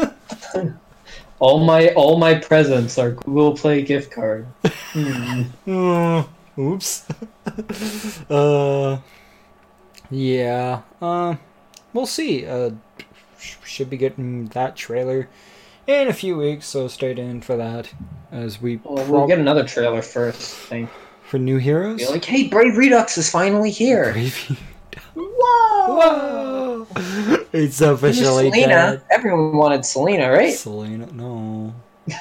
all my all my presents are Google Play gift card. *laughs* Hmm. mm, oops. *laughs* uh, yeah. Uh, we'll see. Uh, sh- should be getting that trailer in a few weeks, so stay tuned for that. As we Well, prob- we'll get another trailer first. I think. For new heroes? Be like, hey, Brave Redux is finally here. Gravy. *laughs* Whoa! Whoa! It's officially Selena. dead. Everyone wanted Selena, right? Selena, no.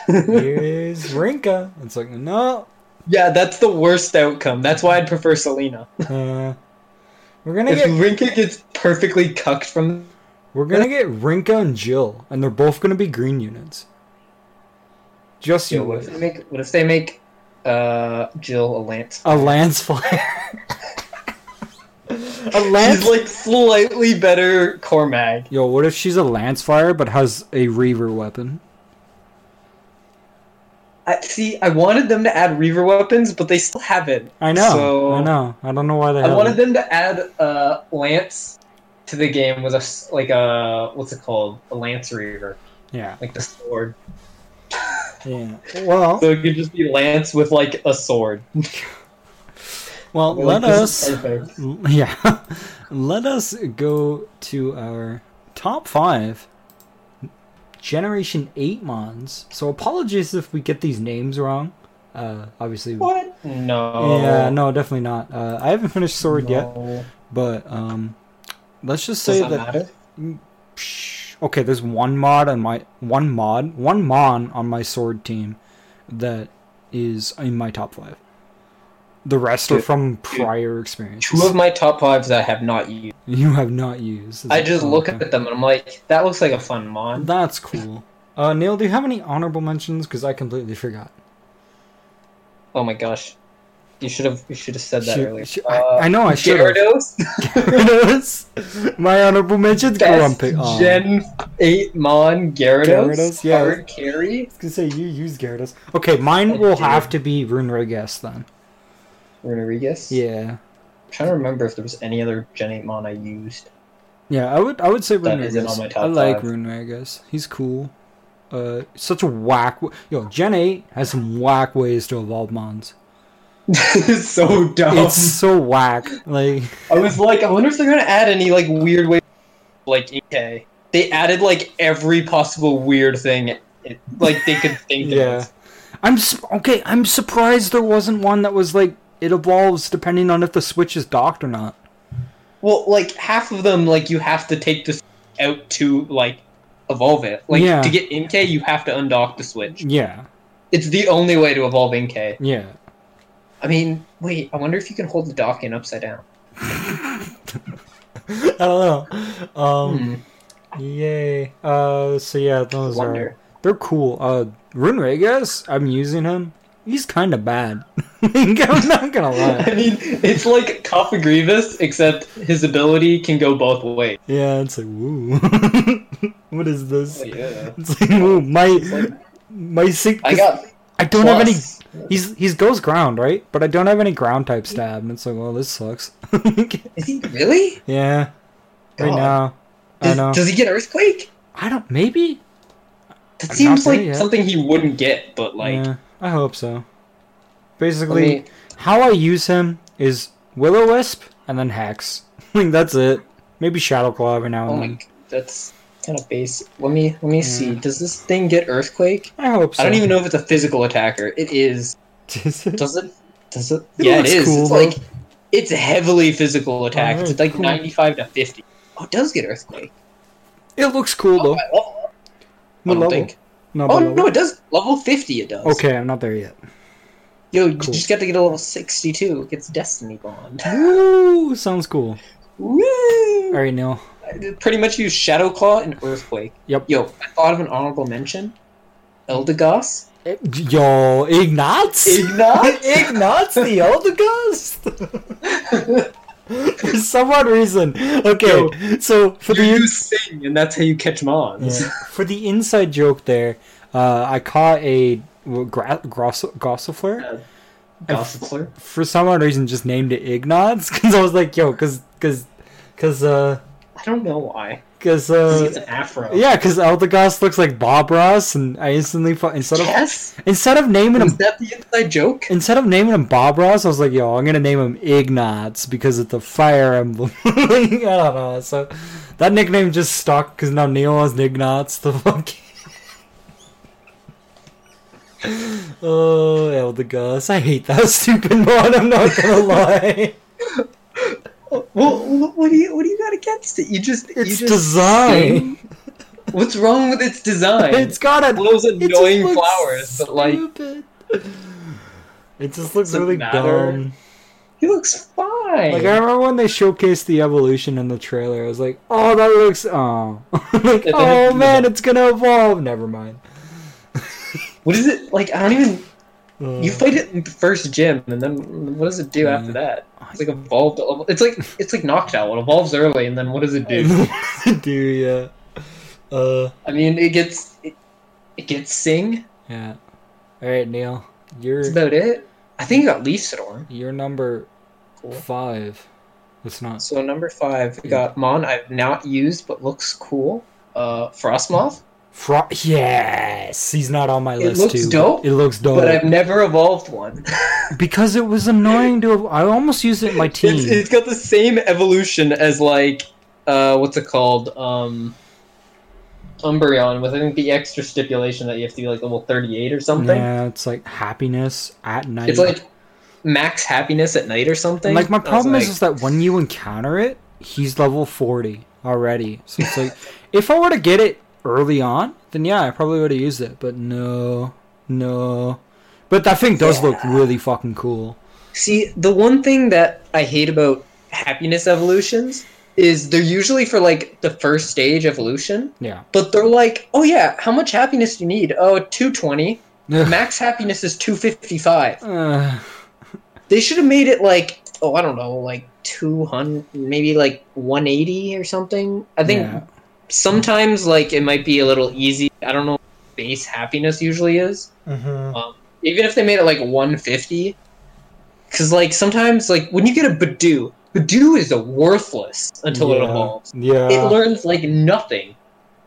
Here's Rinka. It's like, no. *laughs* Yeah, that's the worst outcome. That's why I'd prefer Selena. Uh, we're gonna If get Rinka gets perfectly cucked from, we're gonna get Rinka and Jill, and they're both gonna be green units. Just Jill, you what if wait. they make what if they make uh, Jill a lance? A lance flyer. a lance. She's like slightly better Cormag. Yo, what if she's a lance flyer but has a reaver weapon? I see. I wanted them to add Reaver weapons, but they still haven't. I know. So- I know. I don't know why they. I wanted haven't. them to add uh, Lance to the game with a s- like a what's it called a Lance Reaver, Yeah. like the sword. Yeah. Well. So it could just be Lance with like a sword. Well, We're let like, us. this is perfect. L- Yeah. *laughs* Let us go to our top five Generation 8 Mons. So apologies if we get these names wrong. Uh, obviously. What? No. Yeah, no, definitely not. Uh, I haven't finished Sword yet, No. but um, let's just Does say that that. matter? Psh, Okay, there's one mod on my one mod one mon on my sword team that is in my top five. The rest are Dude, from prior experience. Two of my top fives I have not used. You have not used. It's I like, just oh, look okay. at them and I'm like, that looks like a fun mod. That's cool. Uh, Neil, do you have any honorable mentions? Because I completely forgot. Oh my gosh. You should have you should have said that Shoot, earlier. Uh, shoot, I- I know I should have. *laughs* Gyarados, Gyarados. *laughs* my honorable mentions. *laughs* best Grumpy. Aw. Gen 8 Mon Gyarados, Gyarados, yeah. hard carry, I was gonna say you use Gyarados. Okay, mine I will do. have to be Rune Regas then. Rodriguez. Yeah, I'm trying to remember if there was any other Gen 8 Mon I used. yeah. I would I would say Rune That isn't Regas. on my top I like five. Rune Regas. He's cool. Uh, such a whack. W- Yo, Gen Eight has some whack ways to evolve Mons. *laughs* it's so dumb. It's so whack. Like I was like, I wonder if they're gonna add any like weird way, like okay, they added like every possible weird thing, it, like they could think Yeah. of. I'm su- okay. I'm surprised there wasn't one that was like it evolves depending on if the switch is docked or not. Well, like half of them, like you have to take this out to like evolve it. Like Yeah. to get NK, you have to undock the switch. Yeah, It's the only way to evolve NK. yeah. I mean, wait, I wonder if you can hold the dock in upside down. *laughs* I don't know. Um, Hmm, Yay. Uh, so yeah, those wonder. are they're cool. Uh, Rune Regas, I'm using him. He's kind of bad. *laughs* Like, I'm not gonna lie. *laughs* I mean, it's like Coffee Grievous, except his ability can go both ways. Yeah, it's like woo. *laughs* what is this? yeah. Oh, It's like woo. My like- my sick. I got. I don't have any. plus. He's he's goes ground right, but I don't have any ground type stab, and it's like, well, this sucks. *laughs* Is he really? yeah, right God. now, I Does, know. does he get earthquake? I don't. Maybe. That I'm seems not there like yet. something he wouldn't get, but like yeah, I hope so. let Basically, me- how I use him is Willow Wisp and then Hex. *laughs* like that's it. Maybe Shadow Claw every now oh and my, then. g- that's kind of base. Let me let me see. Does this thing get earthquake? I hope so. I *laughs* don't even know if it's a physical attacker. It is. *laughs* Does it? Does it? It yeah, it looks is. cool, it's though. like it's a heavily physical attack. Alright, it's like cool. ninety-five to fifty. Oh, it does get earthquake. it looks cool Oh, though. I, oh, I My don't level. think. No, Oh my no, level. it does. Level fifty, it does. Okay, I'm not there yet. Yo, you Cool. just got to get a level sixty-two. It gets Destiny Bond. Woo! Sounds cool. *laughs* Woo! Alright, Neil. pretty much use Shadow Claw and Earthquake. Yep. Yo, I thought of an honorable mention. Eldegoss. *laughs* Yo, Ignatz? *laughs* Ignat? Ignatz the Elder Ghost? *laughs* for some reason. Okay, so for the. you sing, and that's how you catch mons. *laughs* *laughs* Yeah. For the inside joke there, uh, I caught a well, gra- gross- gossifler. Yeah. Gossipler. For some odd reason, just named it *laughs* Ignatz because I was like, yo, because because because uh I don't know why. because 'Cause He's uh. an afro. Yeah, because Eldegoss looks like Bob Ross, and I instantly fu- instead of Yes. instead of naming Is him that the inside joke? instead of naming him Bob Ross, I was like, yo, I'm gonna name him Ignatz because it's the fire emblem. *laughs* Like, I don't know. So that nickname just stuck because now Neil has Ignatz. The fucking *laughs* oh, Eldegoss, I hate that *laughs* stupid mod. I'm not gonna lie. *laughs* Well, wh- what do you what do you got against it? You just you It's just design. sing? What's wrong with its design? It's got a, All those it just annoying looks flowers, but, like- stupid. it just looks Doesn't really matter. dumb. he looks fine. Like I remember when they showcased the evolution in the trailer, I was like, "Oh, that looks oh, *laughs* like Yeah, they had oh to do man, it's gonna evolve." Never mind. what is it like? I don't even. Uh, You fight it in the first gym, and then what does it do Yeah. after that? It's like evolved. at level- It's like it's like knocked out. It evolves early, and then what does it *laughs* do? do yeah, uh, I mean, it gets it, it gets sing. yeah. All right, Neil, your That's about it. I think you got Leaf Storm. your number Cool. five. It's not. So number five, we got Mon. I've not used, but looks cool. Uh, Frostmoth. Fro- yeah, Yes, he's not on my list looks too. but dope, It looks dope. But I've never evolved one. *laughs* because it was annoying to. I almost used it in my team. It's, it's got the same evolution as like uh, what's it called? Um, Umbreon with I think the extra stipulation that you have to be like level thirty eight or something. yeah, it's like happiness at night. It's like max happiness at night or something. And, like my I was problem is, like, is that when you encounter it, he's level forty already. So it's like *laughs* if I were to get it early on, then yeah, I probably would have used it. But no, no. But that thing does look really fucking cool. see the one thing that I hate about happiness evolutions is they're usually for like the first stage evolution, Yeah. but they're like, oh yeah, how much happiness do you need? Oh, *laughs* 220. *sighs* Ugh. Max happiness is 255. Ugh. They should have made it like oh I don't know like two hundred maybe like one eighty or something. I think Yeah. sometimes like it might be a little easy. I don't know what base happiness usually is. Um, even if they made it like one fifty, because like sometimes like when you get a Badoo, Badoo is a worthless until it yeah. Uh. evolves. Yeah. It learns like nothing.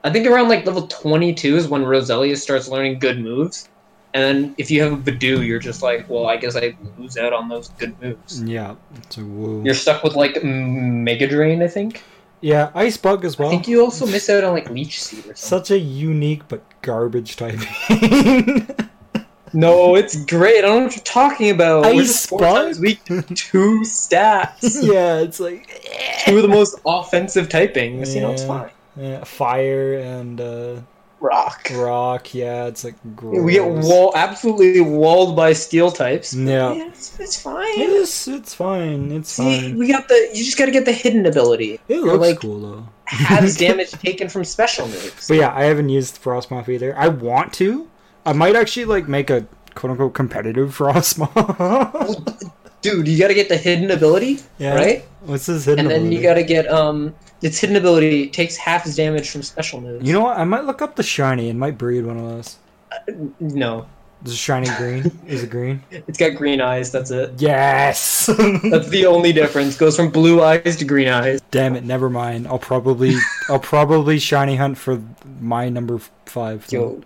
I think around like level twenty two is when Roselia starts learning good moves. And then if you have a Badoo, you're just like, well, I guess I lose out on those good moves. yeah. It's a woo. You're stuck with like M- Mega Drain, I think. Yeah, ice bug as I well. think you also miss out on like Leech Seed or something. Such a unique but garbage Oh, typing. No, it's great. I don't know what you're talking *laughs* about. Ice We're just four Bug? times weak. to *laughs* Two stats. yeah, it's like *laughs* Two of the most offensive typings. You know, it's Yeah. fine. yeah, fire and uh, Rock. rock. Yeah, it's like gross. We get wall absolutely walled by Steel types. Yeah. *laughs* Yeah, it's, it's fine. Yes, it's fine. It's See, fine. we got the. You just got to get the *laughs* hidden ability. It Or, looks like cool though. has damage taken from special moves. But yeah, I haven't used Frostmoth either. I want to. I might actually like make a quote unquote competitive *laughs* Frostmoth. Dude, you got to get the hidden ability, yeah. right? What's his hidden and then ability? you gotta get um its hidden ability takes half his damage from special moves. You know what? I might look up the shiny and might breed one of those. no, Is it shiny *laughs* green? Is it green? it's got green eyes. That's it. Yes. *laughs* That's the only difference. Goes from blue eyes to green eyes. Damn it! Never mind. I'll probably I'll probably shiny hunt for my number f- five. Yo,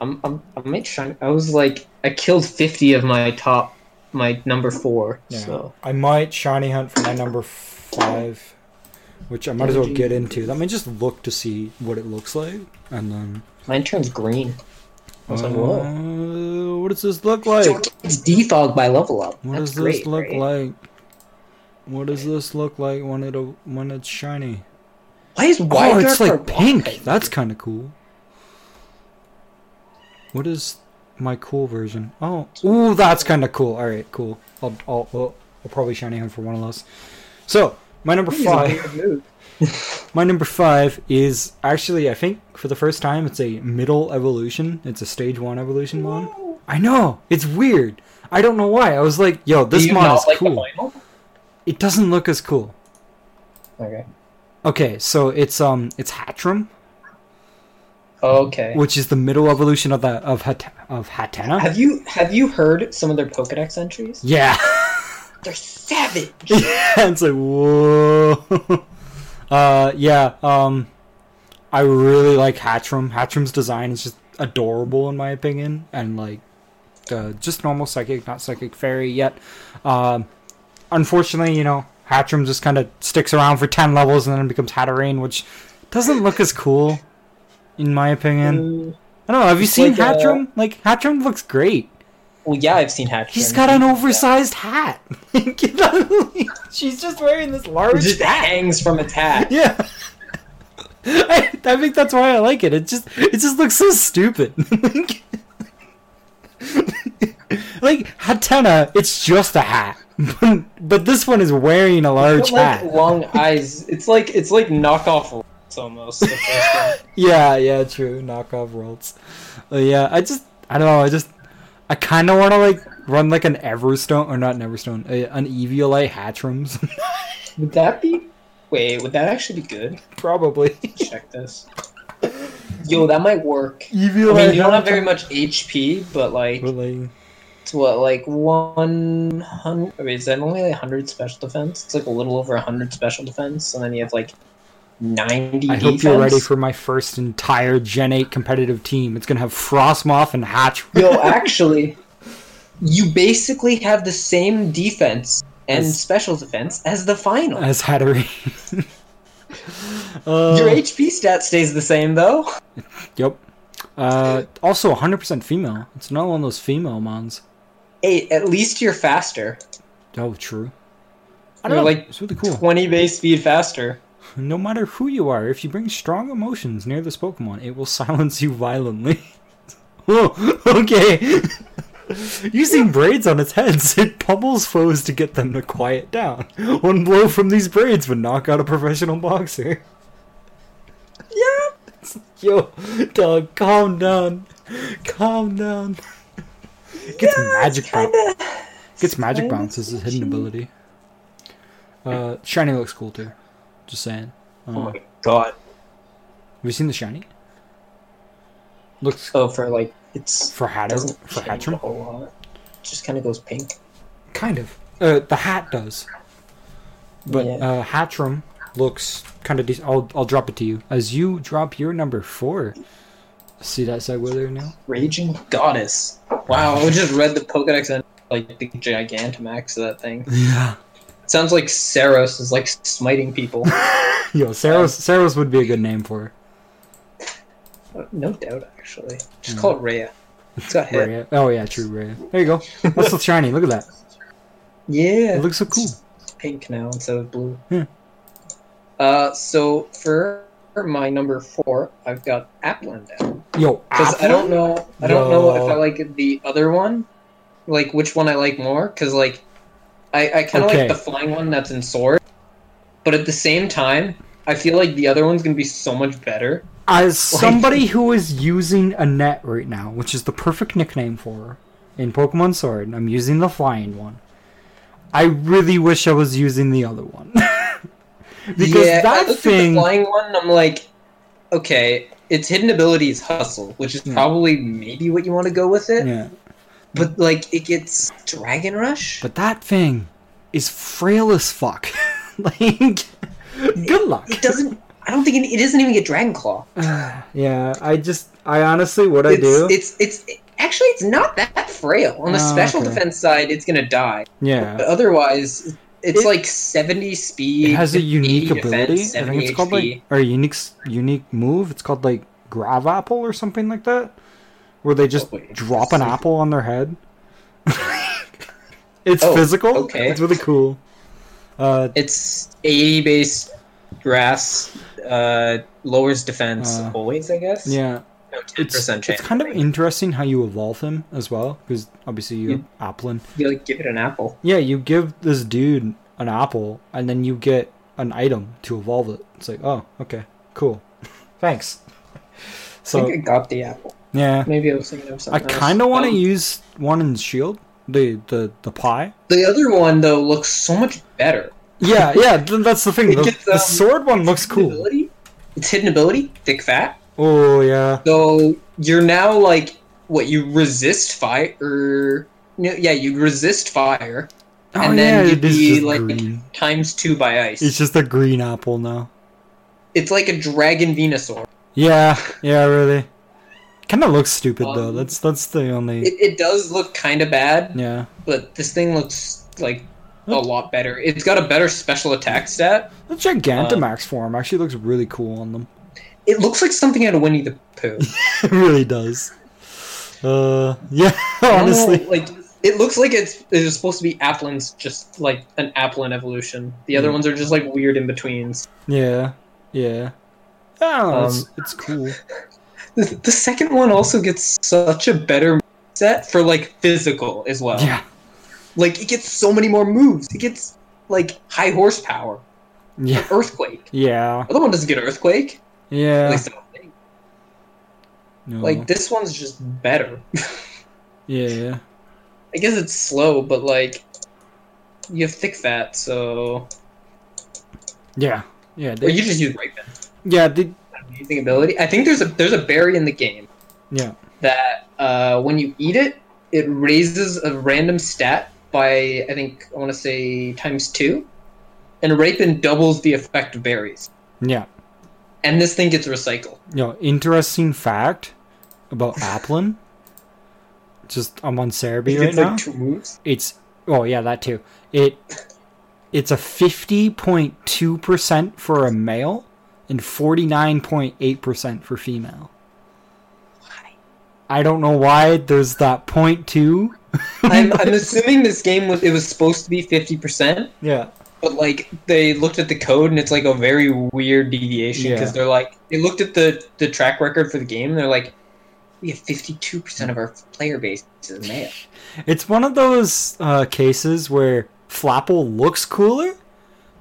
I'm I'm I make shine. I was like I killed fifty of my top my number four. Yeah. So I might shiny hunt for my number five, which I might as well get into. Let me just look to see what it looks like, and then. mine turns green. I was like, whoa. Uh, what does this look like? So it's defogged by level up. What That's does this great, look right? like? What does this look like when it when it's shiny? Why is why oh, it's like pink. That's kind of cool. What is my cool version? Oh, ooh, that's kind of cool. All right, cool. I'll, I'll, I'll, I'll probably shiny him for one of those. So my number five. five. My number five is actually, I think, for the first time, it's a middle evolution. It's a stage one evolution one. I know it's weird. I don't know why. I was like, "Yo, this Do you mod not is like the cool." vinyl? It doesn't look as cool. Okay. Okay, so it's um, it's Hatrim, Okay. which is the middle evolution of the of Hat- of Hatena. Have you have you heard some of their Pokedex entries? Yeah, *laughs* They're savage. *laughs* it's like whoa. *laughs* uh, yeah. Um, I really like Hatrim. Hatrim's design is just adorable in my opinion, and like uh, just normal psychic, not psychic fairy yet. Um, unfortunately, you know, Hatrim just kind of sticks around for ten levels and then becomes Hatterene, which doesn't look as cool, in my opinion. I don't know. Have you Mm. It's seen like, uh, Hatrim? like Hatrim looks great. well, yeah, I've seen Hatcher. He's got an oversized hat. *laughs* Get out of the- She's just wearing this It large just hangs from *laughs* its hat. yeah. I, I think that's why I like it. It just it just looks so stupid. *laughs* like, like Hatena, it's just a hat. *laughs* But, but this one is wearing a large It's got, hat. like long eyes. It's like it's like knockoff Rats almost. the first one. *laughs* Yeah, yeah, true. Knockoff worlds. Uh, yeah, I just I don't know, I just I kinda wanna like run like an Everstone or not an Everstone, a, an Eviolite Hatrims. Would that be? Wait, would that actually be good? *laughs* Probably. Check this. Yo, that might work. I Eviolite mean, you don't have very Hatrim- much HP, but like but, like, it's what like one hundred? Wait, is that only like hundred special defense? It's like a little over hundred special defense, and then you have like ninety. I hope you're ready for my first entire Gen 8 competitive team. It's going to have Frostmoth and Hatch. Yo, actually, you basically have the same defense and As- special defense as the final. as Hattery. *laughs* uh, Your HP stat stays the same though. Yep. Uh, also, 100% female. It's another one of those female mons. Eight. At least you're faster. Oh, true. I You're don't know. like it's really cool. Twenty base speed faster. No matter who you are, if you bring strong emotions near this Pokemon, it will *laughs* silence you violently. *laughs* oh, okay. Using braids on its heads, it pummels foes to get them to quiet down. One blow from these braids would knock out a professional boxer. Yeah. Yo, dog, calm down. Calm down. Gets magic bounce. Gets magic kinda bounce as his hidden ability. Uh, shiny looks cool too. Just saying. Uh, Oh have my god. you seen the shiny? Looks So Oh, for like it's for Hatter doesn't for change a Hatchim. whole lot. It just kind of goes pink. Kind of. Uh, the hat does. But Yeah. uh, Hatchrim looks kind of decent. I'll, I'll drop it to you as you drop your number four. See that segue there now? Raging goddess. Wow, I just read the Pokedex and like the Gigantamax of that thing. Yeah. It sounds like Saros is like smiting people. *laughs* Yo, Saros, Saros would be a good name for her. no doubt, actually. Just call it Rhea. It's got hit. Rhea. Oh yeah, true Rhea. There you go. That's still shiny. Look at that. Yeah. It looks so cool. Hmm. It's pink now instead of blue. Yeah. Uh, so for my number four, I've got Applin down. Yo, Because I don't Applin? know, I don't know if No. I like the other one, like which one I like more. Because like, I I kind of Okay. like the flying one that's in Sword, but at the same time, I feel like the other one's gonna be so much better. As somebody who is using Annette right now, which is the perfect nickname for her in Pokemon Sword, I'm using the flying one. I really wish I was using the other one. *laughs* because yeah, I that looked at thing the flying one, and I'm like, okay, its hidden ability is Hustle, which is Yeah. probably maybe what you want to go with it. Hmm. Yeah. But like, it gets Dragon Rush. But that thing is frail as fuck. *laughs* like good luck. it doesn't. I don't think it, it doesn't even get Dragon Claw. yeah, I just I honestly what I it's, do It's it's actually it's not that frail. On the Oh, special okay. defense side, it's gonna die. Yeah. But otherwise, it's It- like seventy speed. it has a 80 unique defense, ability. I 70 think it's called HP. like or a unique s- unique move. It's called like grav apple or something like that, where they just Oh, wait, drop an that's- apple on their head. *laughs* it's Oh, physical. okay. It's really cool. Uh, it's eighty base grass. Uh, lowers defense Uh, always, I guess. yeah, ten it's percent chance. it's kind of interesting how you evolve him as well, because obviously you Applin. you like give it an apple. Yeah, you give this dude an apple, and then you get an item to evolve it. It's like, oh, okay, cool, *laughs* thanks. I So think I got the apple. yeah, Maybe I was thinking of I something. Um, kind of want to to use one in Shield, the the the pie. the other one though. Looks so much better. *laughs* Yeah, yeah, th- that's the thing. It The, gets, the um, sword one looks Hidden cool. ability. Its hidden ability, thick fat. Oh yeah, So you're now like what you resist fire. No, yeah, you resist fire oh And then yeah, you'd it is be, just like- green. times two by ice. It's just a green apple now. It's like a dragon Venusaur. Yeah, yeah, really. Kind of looks stupid though. Um, That's that's the only It, it does look kind of bad, yeah. but this thing looks like a lot better. It's got a better special attack stat. The Gigantamax form actually looks really cool on them. *laughs* It looks like something out of Winnie the Pooh. it really does. Uh, yeah, *laughs* I don't know, honestly, like it looks like it's it was supposed to be Applin's, just like an Applin evolution. The other Hmm. ones are just like weird in betweens. yeah, yeah. I don't know, it's, Um, it's cool. The, the second one also gets such a better set for like physical as well. Yeah, Like it gets so many more moves. It gets like high horsepower, *laughs* yeah, earthquake. yeah, The other one doesn't get earthquake. At yeah. least I don't think. No. Like this one's just better. Yeah. I guess it's slow, but like you have thick fat, so Yeah. Yeah. or They, you just use right then. yeah. They, Amazing ability. I think there's a there's a berry in the game yeah. that uh, when you eat it, it raises a random stat by I think I want to say times two, and Rapin doubles the effect of berries. Yeah. and this thing gets recycled. You know, interesting fact *laughs* about Applin. Just I'm on Cerebi right it's now. like two moves. it's oh yeah, that too. It it's a fifty point two percent for a male and forty nine point eight percent for female. I don't know why there's that point two. *laughs* I'm, I'm assuming this game was it was supposed to be fifty percent, Yeah. but like they looked at the code and it's like a very weird deviation because Yeah. they're like they looked at the the track record for the game and they're like we have fifty two percent of our player base is male. It's one of those uh, cases where Flapple looks cooler,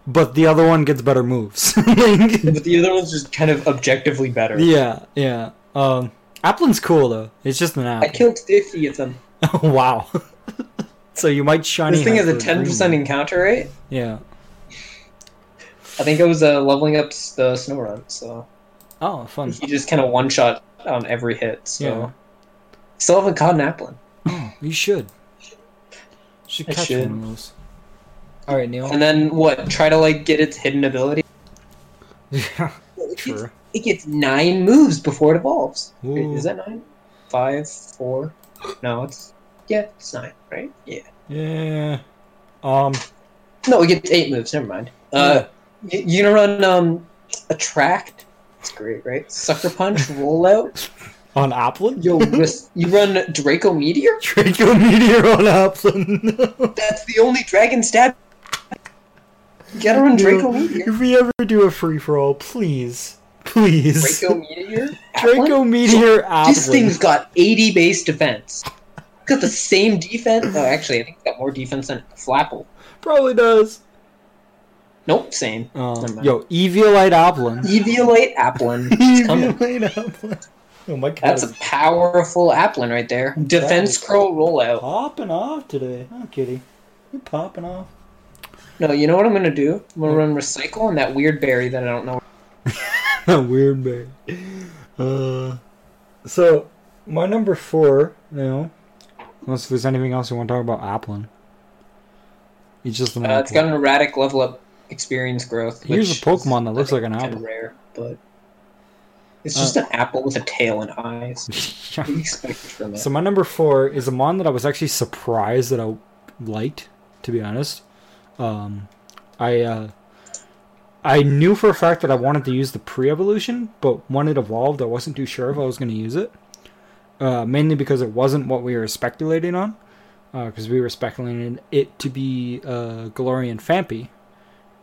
but the other one gets better moves. *laughs* but the other one's just kind of objectively better. yeah, yeah. Um, Applin's cool though. It's just an I apple. killed fifty of them. *laughs* wow. so you might shiny. This thing has a Hustler ten percent green. encounter rate. Yeah. I think I was uh, leveling up s- the snow run, so Oh, fun. he just kind of one shot on every hit. So Yeah. still haven't caught an applin. Oh, you should. Should I catch should. one of those. All right, Neil. And then what? Try to like get its hidden ability. *laughs* yeah, It gets, sure. it gets nine moves before it evolves. Wait, Ooh. Is that nine? Five, four? No, it's yeah, it's nine, right? Yeah. Yeah. Um. No, it gets eight moves. Never mind. Uh, y- you gonna run um, attract? It's great, right? Sucker *laughs* punch, rollout. On Applin. Yo, ris- you run Draco Meteor. Draco Meteor on Applin. *laughs* That's the only dragon stat. You gotta run Draco Meteor. If we ever do a free for all, please, please, Draco Meteor. *laughs* Draco Applin? Meteor Applin. This thing's got 80 base defense. It's got the same defense. Oh, actually, I think it's got more defense than Flapple. probably does. Nope, same. Uh, Never mind. yo, Eviolite *laughs* Applin. Eviolite Applin. *laughs* It's coming. Eviolite Applin. Oh my god, That's a powerful Applin right there. Defense Crow rollout. popping off today. Oh, kitty, you're popping *laughs* off. No, you know what I'm gonna do? I'm gonna run Recycle on that weird berry that I don't know. Weird man. Uh, so my number four now. Unless there's anything else you want to talk about Applin. It's just an Uh, it's Applin. got an erratic level up experience growth. Oh, Here's which a Pokemon that looks is, I like an think, kinda apple. Uh, Rare, but it's just an apple with a tail and eyes. *laughs* *laughs* What do you expect from it? So my number four is a mon that I was actually surprised that I liked, to be honest. Um, I uh, I knew for a fact that I wanted to use the pre-evolution, but when it evolved, I wasn't too sure if I was going to use it. Uh, mainly because it wasn't what we were speculating on, because we were speculating it to be uh, Galarian Fampi,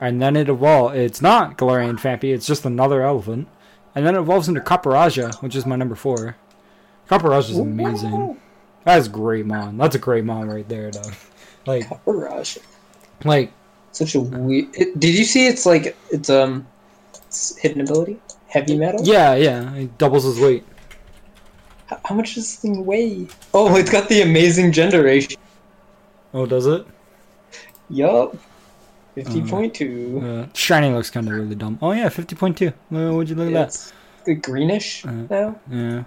and then it evolved. It's not Galarian Fampi; it's just another elephant, and then it evolves into Caparaja, which is my number four. Caparaja is amazing. Wow. That's great, mom. That's a great mom right there, dog. *laughs* Like, Courage. like, Such a weird. It, did you see? It's like it's um, it's hidden ability, heavy metal. yeah, yeah. It doubles his weight. How, how much does this thing weigh? Oh, it's got the amazing gender ratio. Oh, does it? Yup, fifty point two. Uh, shiny looks kind of really dumb. Oh yeah, fifty point two. Would you look at that? Uh-huh. It's the greenish now. Yeah.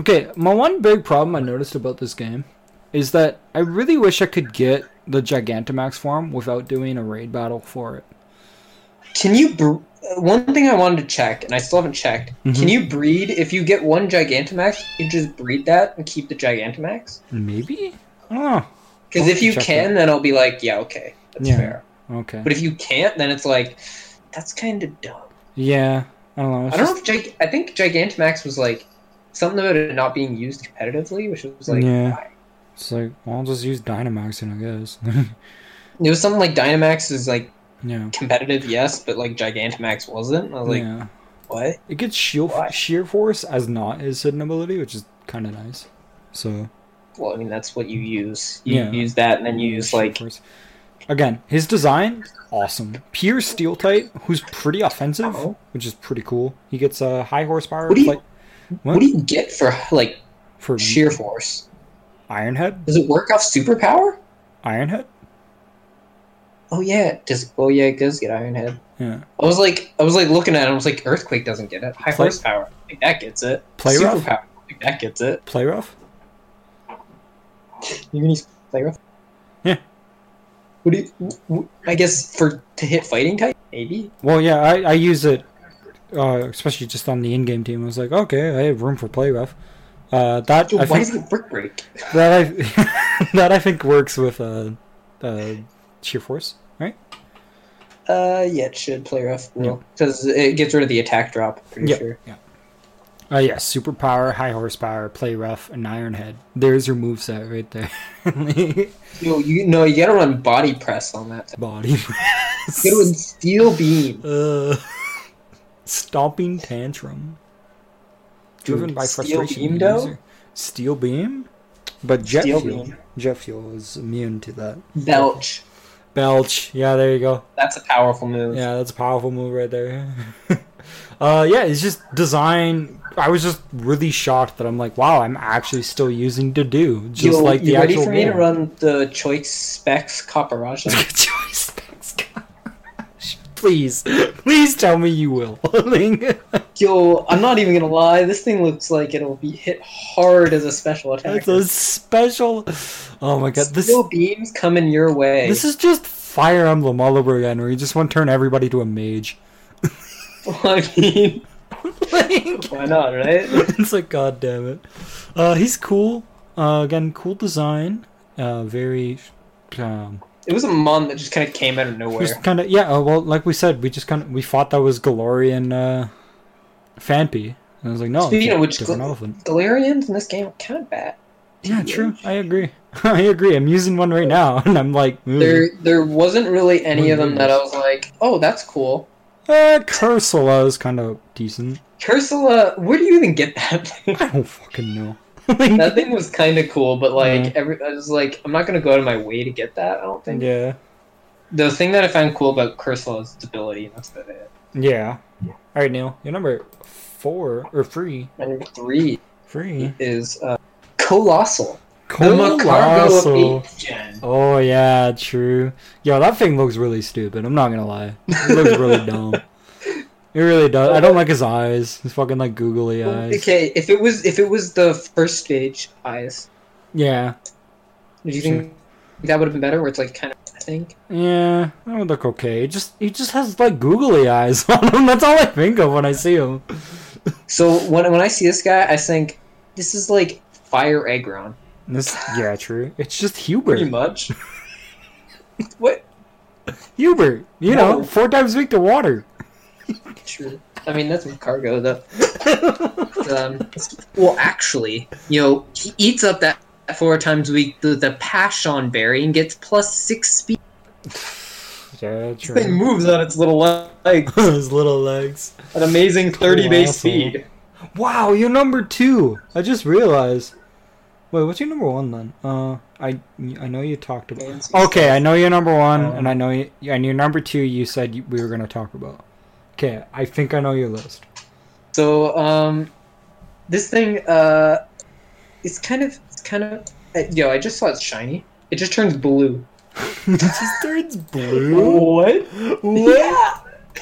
Okay, my one big problem I noticed about this game is that I really wish I could get the Gigantamax form without doing a raid battle for it. Can you? Br- uh, one thing I wanted to check, and I still haven't checked. Mm-hmm. Can you breed? If you get one Gigantamax, you just breed that and keep the Gigantamax. Maybe. I don't Because I'll if you check can, then I'll be like, yeah, okay, that's Yeah. fair. know. Okay. But if you can't, then it's like, that's kind of dumb. Yeah. I don't know. It's I don't just- know if Gig- I think Gigantamax was like something about it not being used competitively, which was like Yeah. why? It's like, well, I'll just use Dynamax, and I guess. *laughs* it was something like Dynamax is like yeah. competitive, yes, but like Gigantamax wasn't. I was like, yeah. what? It gets shield Why? sheer force as not as hidden ability, which is kind of nice. So Well, I mean, that's what you use. You Yeah. use that, and then you use sheer like force. again, his design awesome. Pure steel type, who's pretty offensive, Oh. which is pretty cool. He gets a high horsepower What do you- like what do you get for like for sheer force? Ironhead. Does it work off superpower? Ironhead. Oh yeah, it does oh yeah, it does get Iron Head. Yeah. I was like, I was like looking at it. I was like, Earthquake doesn't get it. High Play- horsepower, I think that gets it. Play rough? superpower, I think that gets it. Play rough. You can use play rough. Yeah. What do you? w- w- I guess for to hit fighting type, maybe. Well, yeah, I, I use it uh, especially just on the in-game team. I was like, okay, I have room for play ref. Uh, that Dude, I think, why is it brick break? that I *laughs* that I think works with uh, uh, sheer force, right? Uh, yeah, it should play rough will because it gets rid of the attack drop. Pretty Yeah. sure. Uh, yeah, superpower, high horsepower, play ref, and iron head. There's your moveset right there. No, you no, you gotta run body press on *laughs* that. Body. You gotta run steel beam. *laughs* Uh, stomping tantrum. Driven Dude, by steel frustration. beam, the though? user- Steel beam? But jet Steel fuel. beam. Jet fuel is immune to that. Belch. Belch. Yeah, there you go. That's a powerful move. Yeah, that's a powerful move right there. *laughs* uh, yeah, it's just design. I was just really shocked that I'm like, wow, I'm actually still using to do just Yo, like the you ready actual for me game. to run the Choice Specs Copperaja? *laughs* Choice specs, gosh. Please, please tell me you will. *laughs* Yo, I'm not even gonna lie. This thing looks like it'll be hit hard as a special attack. That's a special. Oh my god, this Steel beams coming your way. this is just Fire Emblem all over again, where you just want to turn everybody to a mage. *laughs* *laughs* I mean, Like, why not, right? it's like, god damn it. Uh, he's cool. Uh, again, cool design. Uh, very. Um, It was a mon that just kind of came out of nowhere. just kind of yeah. Uh, well, like we said, we just kind of we thought that was Galorian uh, Fanpy, and I was like, no, Speaking it's a of which, different Gal- elephant. Galarians in this game are kind of bad. Yeah, true. I agree. *laughs* I agree. I'm using one right now, and I'm like, ooh. There, there wasn't really any of them Mhm. that I was like, "Oh, that's cool." uh, Cursula is kind of decent. *laughs* Cursula, where do you even get that *laughs* thing? I don't fucking know. *laughs* that thing was kind of cool, but like Mhm. every, I was like, I'm not gonna go out of my way to get that. I don't think. yeah, The thing that I found cool about Cursula is its ability, and that's about it. yeah. All right, Neil, your number four or free, My number three Oh, free. is uh, Colossal. The Macargo Oh, Colossal. of eighth gen. Oh yeah, true. Yo, that thing looks really stupid. I'm not gonna lie, it *laughs* looks really dumb. It really does. I don't like his eyes. His fucking like googly eyes. Okay, if it was if it was the first stage eyes, Yeah, do you think that would have been better? Where it's like kind of I think. yeah. That would look okay. It just he just has like googly eyes *laughs* on him. That's all I think of when I see him. So when when I see this guy, I think this is like Fire Aggron. This yeah, true. It's just Pretty Hubert. much. *laughs* what? Hubert, you know, No. four times weak to water. True. I mean that's cargo though. um, well, actually, you know, he eats up that four times a week the, the passion berry and gets plus six speed. Yeah, true. *laughs* This thing moves on its little leg, his little legs. an amazing thirty base Colossal. speed. Wow, you're number two. I just realized. Wait, what's your number one then? Uh, I I know you talked about. Okay, I know you're number one, and I know you. And your number two, you said you, we were gonna talk about. Okay, I think I know your list. *laughs* So, um, this thing, uh, it's kind of, it's kind of, uh, yo, I just saw it's shiny. It just turns blue. it just turns blue. Yeah,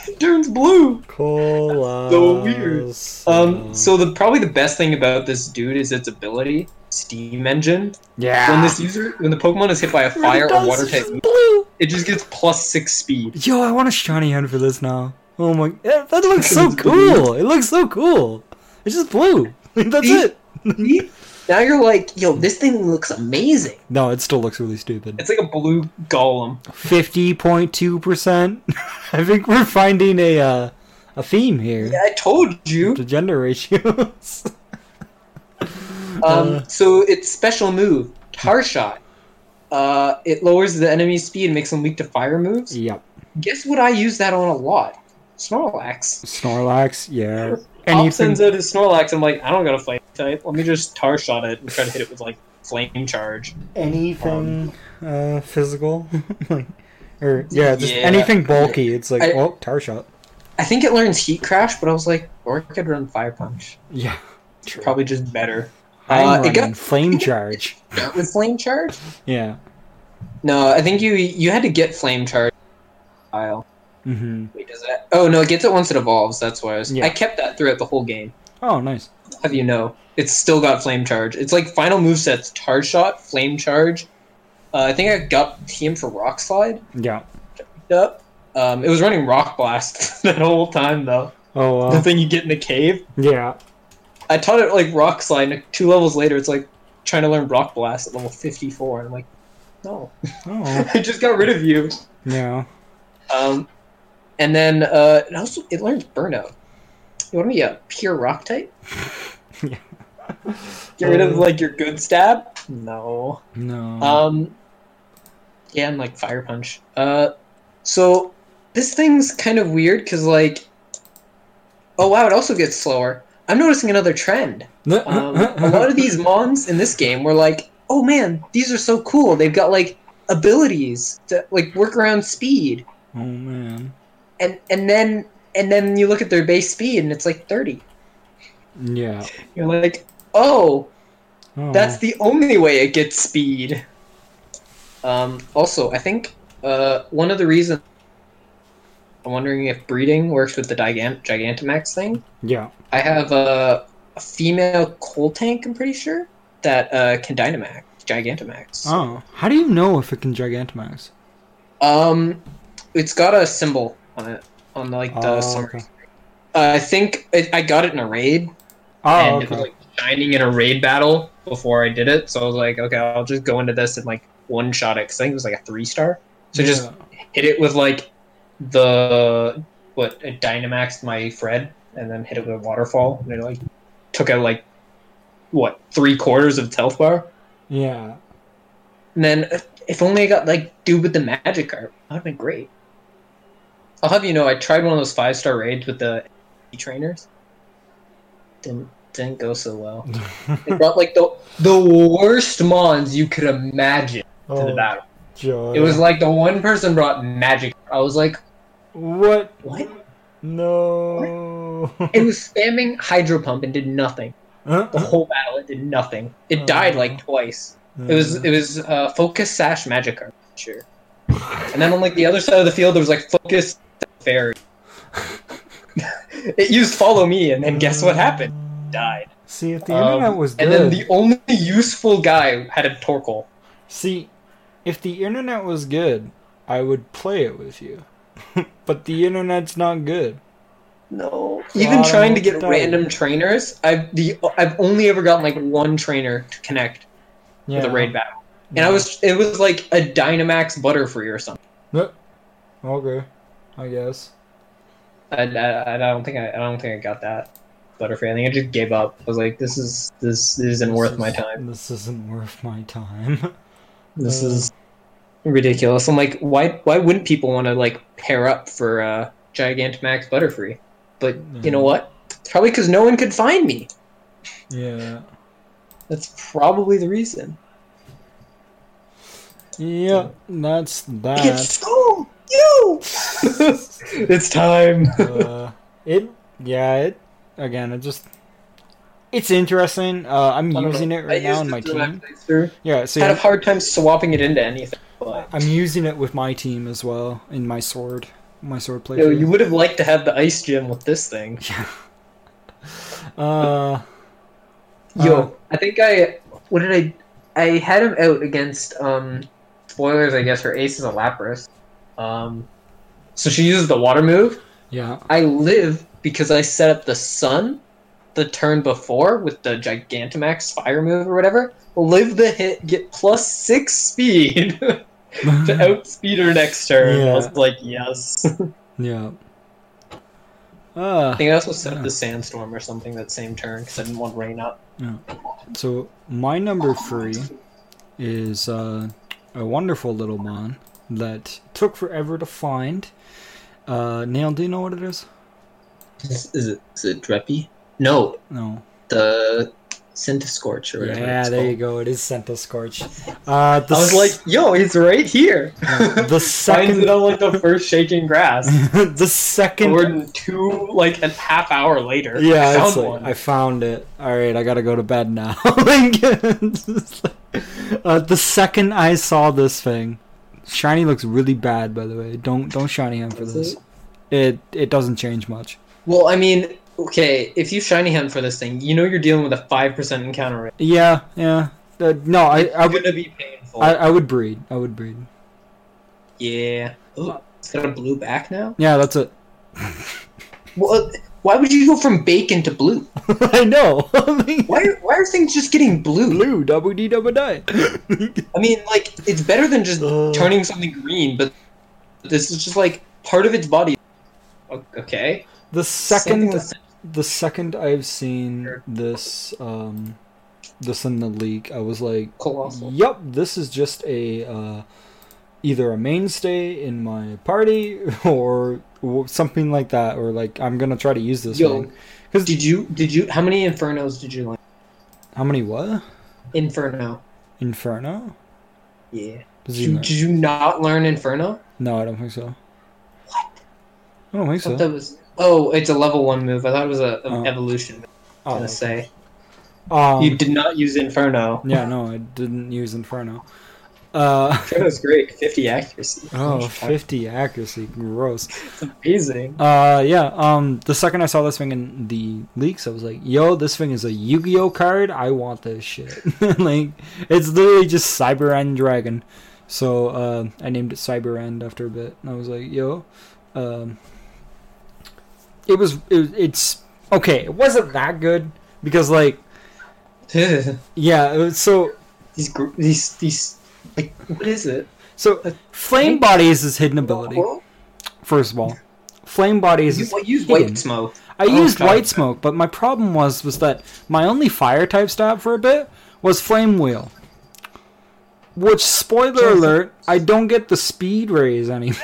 it turns blue. So weird. Mm. Um, so the probably the best thing about this dude is its ability, Steam Engine. yeah. When this user, when the Pokemon is hit by a It really fire or does, water it's type, just blue. it just gets plus six speed. Yo, I want a shiny hand for this now. Oh my, that that looks so It's blue. cool. It looks so cool. It's just blue. *laughs* That's it. now you're like, yo, this thing looks amazing. *laughs* No, it still looks really stupid. It's like a blue golem. fifty point two percent. *laughs* I think we're finding a uh, a theme here. Yeah, I told you. The gender ratios. *laughs* Um, so its special move, Tar Shot. Uh, it lowers the enemy's speed and makes them weak to fire moves. yep. Guess what? I use that on a lot. Snorlax. Snorlax. Yeah. Pop Anything. sends out his Snorlax. I'm like, I don't got a flame type. Let me just Tar Shot it and try to hit it with like flame charge. anything uh, physical. *laughs* like, or yeah, just Yeah. anything bulky. It's like I- oh, tar shot. I think it learns Heat Crash, but I was like, or it could run Fire Punch. Yeah. True. Probably just better. I'm Uh, it running got *laughs* flame charge. with flame charge. Yeah. No, I think you you had to get flame charge. File. Mm-hmm. Wait, does that? Oh no, it gets it once it evolves. That's why I was. Yeah. I kept that throughout the whole game. Oh, nice. have you know, it's still got flame charge. It's like final movesets: tar shot, flame charge. Uh, I think I got him for rock slide. Yeah. *laughs* Yep. Um, it was running rock blast that whole time though. Oh, The wow. thing you get in the cave. *laughs* yeah. I taught it like rock slide. Two levels later, it's like trying to learn rock blast at level fifty four. I'm like, no, *laughs* Oh, I just got rid of you. yeah. Um, and then uh, it also it learns burnout. You want to be a pure rock type? *laughs* Yeah. Get rid of Uh. like your good stab? No. No. Um, yeah, and like fire punch. Uh, so this thing's kind of weird because like, oh wow, it also gets slower. I'm noticing another trend. *laughs* Um, a lot of these mons in this game were like, oh man, these are so cool. They've got like abilities to like work around speed, oh, man. and and then and then you look at their base speed and it's like 30. Yeah. You're like, oh, Oh. That's the only way it gets speed. Um, also, I think uh, one of the reasons I'm wondering if breeding works with the Gigant- Gigantamax thing. Yeah. I have a, a female coal tank, I'm pretty sure, that uh, can Dynamax, Gigantamax. Oh. How do you know if it can Gigantamax? Um, it's got a symbol on it, on like the Oh, summary. okay. Uh, I think it, I got it in a raid, and Oh, it was okay. like shining in a raid battle before I did it. So I was like, okay, I'll just go into this and like one shot it because I think it was like a three star. So just Yeah. hit it with like the what I Dynamaxed my Fred and then hit it with a waterfall and it like took out like what three quarters of its health bar. Yeah. And then uh, if only I got like dude with the magic art, that would have been great. I'll have you know, I tried one of those five star raids with the NPC trainers. Didn't didn't go so well. They brought like the the worst mons you could imagine *laughs* to the Oh, *laughs* battle. joy. It was like the one person brought magic. I was like, What? what? No. It was spamming hydro pump and did nothing. The it whole battle, it did nothing. Oh. It died like twice. It was Mm. it was uh, focus sash magic art. Sure. And then on like the other side of the field, there was like focus fairy. *laughs* it used follow me, and then guess what happened? Died. See, if the Um, internet Mm. was good. And then the only useful guy had a Torkoal. See, if the internet was good, I would play it with you. *laughs* but the internet's not good. No. Well, Even I trying to don't get know. random trainers, I've the I've only ever gotten like one trainer to connect Yeah. with a raid battle, and I was it was like a Dynamax Butterfree or something. No. Okay. I guess. I, I, I don't think I, I don't think I got that Butterfree. I think I just gave up. I was like, this is this isn't This worth my is- time. This isn't worth my time. *laughs* This Uh. is ridiculous. I'm like, why why wouldn't people want to like pair up for uh, Gigantamax Butterfree? But you know Yeah. what? It's probably because no one could find me. yeah. That's probably the reason. Yeah, that's that. It's school. You. *laughs* it's time. uh, it yeah it again it just it's interesting uh, i'm using it right now in my team yeah so Had a yeah, hard time swapping it into anything. But i'm using it with my team as well in my sword my sword play you, know, you would have liked to have the ice gym with this thing. *laughs* uh Yo, Uh, I think I what did I I had him out against um spoilers I guess her ace is a Lapras. Um so she uses the water move. yeah I live because I set up the sun the turn before with the Gigantamax fire move or whatever. Live the hit, get plus six speed *laughs* to outspeed her next turn. I was Hmm. Yeah. like, yes. I *laughs* yeah uh think I also set up the sandstorm or something that same turn because I didn't want rain up. so my number three is uh a wonderful little mon that took forever to find uh nail do you know what it is Is, is it is it Dreppy? No, no the Scent of Scorch or whatever. Yeah, it's there you called. go. It is Santa Scorch. Uh, the I was like, yo, he's right here. s- the *laughs* Finds it second, on like the first shaking grass. *laughs* the second. We're two like a half hour later. yeah, found it's like, one. I found it. All right, I gotta go to bed now. *laughs* Like, it's just like- uh, the second I saw this thing, shiny looks really bad. By the way, don't don't shiny him for Is this. it? It it doesn't change much. Well, I mean, okay, if you shiny hunt for this thing, you know you're dealing with a five percent encounter rate. Yeah, yeah. Uh, no, I It's I would gonna be painful. I, I would breed. I would breed. Oh, yeah. Ooh, it's got a blue back now. Yeah, that's it. Well, uh, Why would you go from bacon to blue? *laughs* I know. *laughs* I mean, Why are, why are things just getting blue? blue, double D, double die. *laughs* I mean, like it's better than just Ugh. turning something green, but this is just like part of its body. O- Okay. the Something second, with- the second I've seen this, um, this in the leak, I was like, Colossal. Yep, this is just a uh, either a mainstay in my party *laughs* or w- something like that, or like I'm gonna try to use this. Yo, thing. 'Cause- did you did you how many infernos did you like? How many what? Inferno. Inferno? Yeah. Does Did he you, know? did you not learn Inferno? No, I don't think so. I don't think I thought so. that was. Oh, it's a level one move. I thought it was a, an Oh. evolution. move, I Oh, was gonna say um, you did not use Inferno. yeah, no, I didn't use Inferno. Uh, *laughs* Inferno's great. Fifty accuracy. oh, 50 accuracy, gross. It's amazing. *laughs* Uh, yeah. Um, the second I saw this thing in the leaks, I was like, "Yo, this thing is a Yu-Gi-Oh card. I want this shit." *laughs* like, it's literally just Cyber End Dragon. So, uh, I named it Cyber End after a bit, and I was like, "Yo, um, it was. It, was- it's okay. It wasn't that good because, like, yeah. It was, so, these gr- these these like what is it? so Uh, Flame Body is his hidden ability. Well, First of all, Flame Body is you, his well, use hidden. white smoke. I Oh, used God. white smoke, but my problem was was that my only fire type stat for a bit was flame wheel. Which spoiler Jesus. alert, I don't get the speed raise anymore.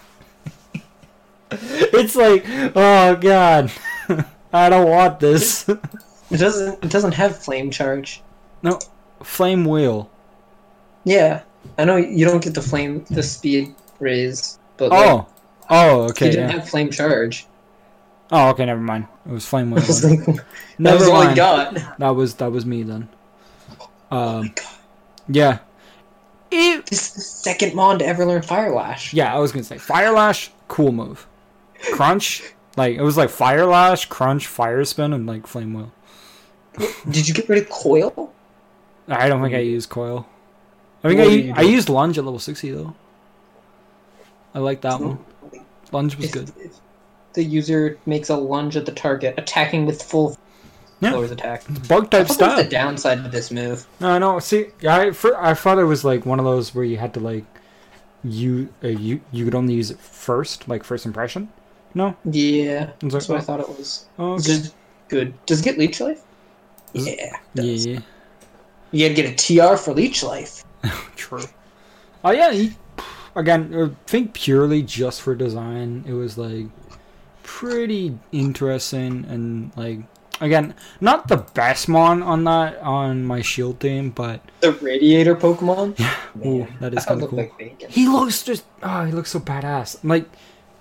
*laughs* it's like, oh god, *laughs* I don't want this. *laughs* It doesn't it doesn't have flame charge. no, flame wheel. Yeah, I know you don't get the flame the speed raise, but like, Oh, oh, you okay, didn't yeah. have flame charge. *laughs* Oh, okay, never mind. It was flame wheel. I was then. like, *laughs* that Never was all I mind. got. Oh That was that was me then. Um, God. yeah. It This is the second mon to ever learn Fire Lash. Yeah, I was gonna say Fire Lash, cool move. Crunch, like it was like Fire Lash, Crunch, Fire Spin, and like Flame Wheel. Did you get rid of Coil? I don't think I used Coil. I think What I, do you u- I do? used Lunge at level sixty though. I like that one. Lunge was If, good. if the user makes a lunge at the target, attacking with full Yeah. floors attack. Bug type I thought that was the style. downside to this move. No, no. See, I for, I thought it was like one of those where you had to like you uh, you you could only use it first, like first impression. No, Yeah, it's that's what I like, thought it was. oh, It's okay. just good. Does it get leech life? Is Yeah. it does. yeah, You gotta get a TR for leech life. True. Oh yeah. He, again, uh, think purely just for design. It was like pretty interesting and like again, not the best mon on that on my shield team, but The radiator Pokemon. Yeah, ooh, that is kind of cool. Like bacon. He looks just oh, he looks so badass. Like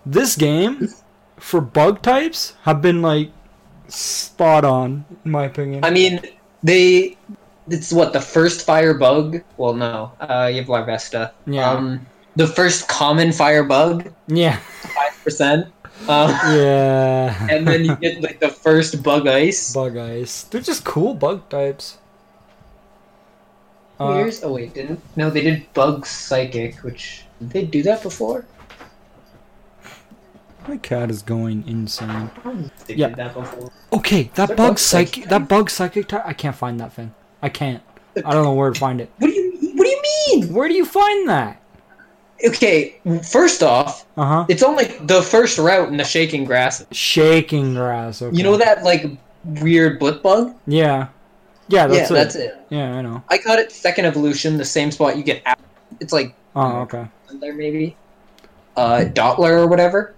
this game for bug types have been like spot on in my opinion. I mean, they. It's what the first fire bug. Well, no, uh, you have Larvesta. Yeah. Um, the first common fire bug, yeah. five percent. Um, Yeah. and then you get like the first bug ice. bug eyes. They're just cool bug types. Uh, Years? Oh wait, didn't? No, they did bug psychic, which did they do that before. my cat is going insane. I don't think They Yeah. did that before. Okay, that there bug, bug psychic. psychic? That bug psychic. Ty- I can't find that thing. I can't. I don't know where to *laughs* find it. What do you What do you mean? Where do you find that? Okay, first off, Uh huh. it's on like the first route in the shaking grass. Shaking grass. Okay. You know that like weird blip bug? Yeah. Yeah, that's yeah, it. that's it. Yeah, I know. I got it second evolution, the same spot you get. Out. It's like Oh, okay. there maybe, uh, Dotler or whatever.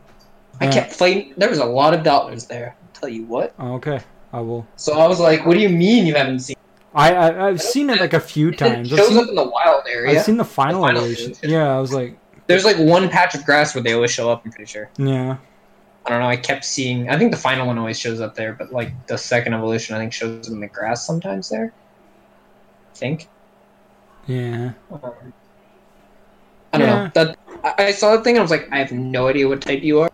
I Yeah. kept playing. There was a lot of Dotlers there. tell you what. Oh, okay. I will. So I was like, "What do you mean you haven't seen?" I, I I've seen it like a few it?" It times. I've shows seen, up in the wild area. I've seen the final final edition. edition. Yeah, I was like, There's like one patch of grass where they always show up. I'm pretty sure. yeah. I don't know. I kept seeing. I think the final one always shows up there, but like the second evolution, I think shows in the grass sometimes there. I think. Yeah. Um, I don't Yeah. know. That I I saw that thing and I was like, I have no idea what type you are.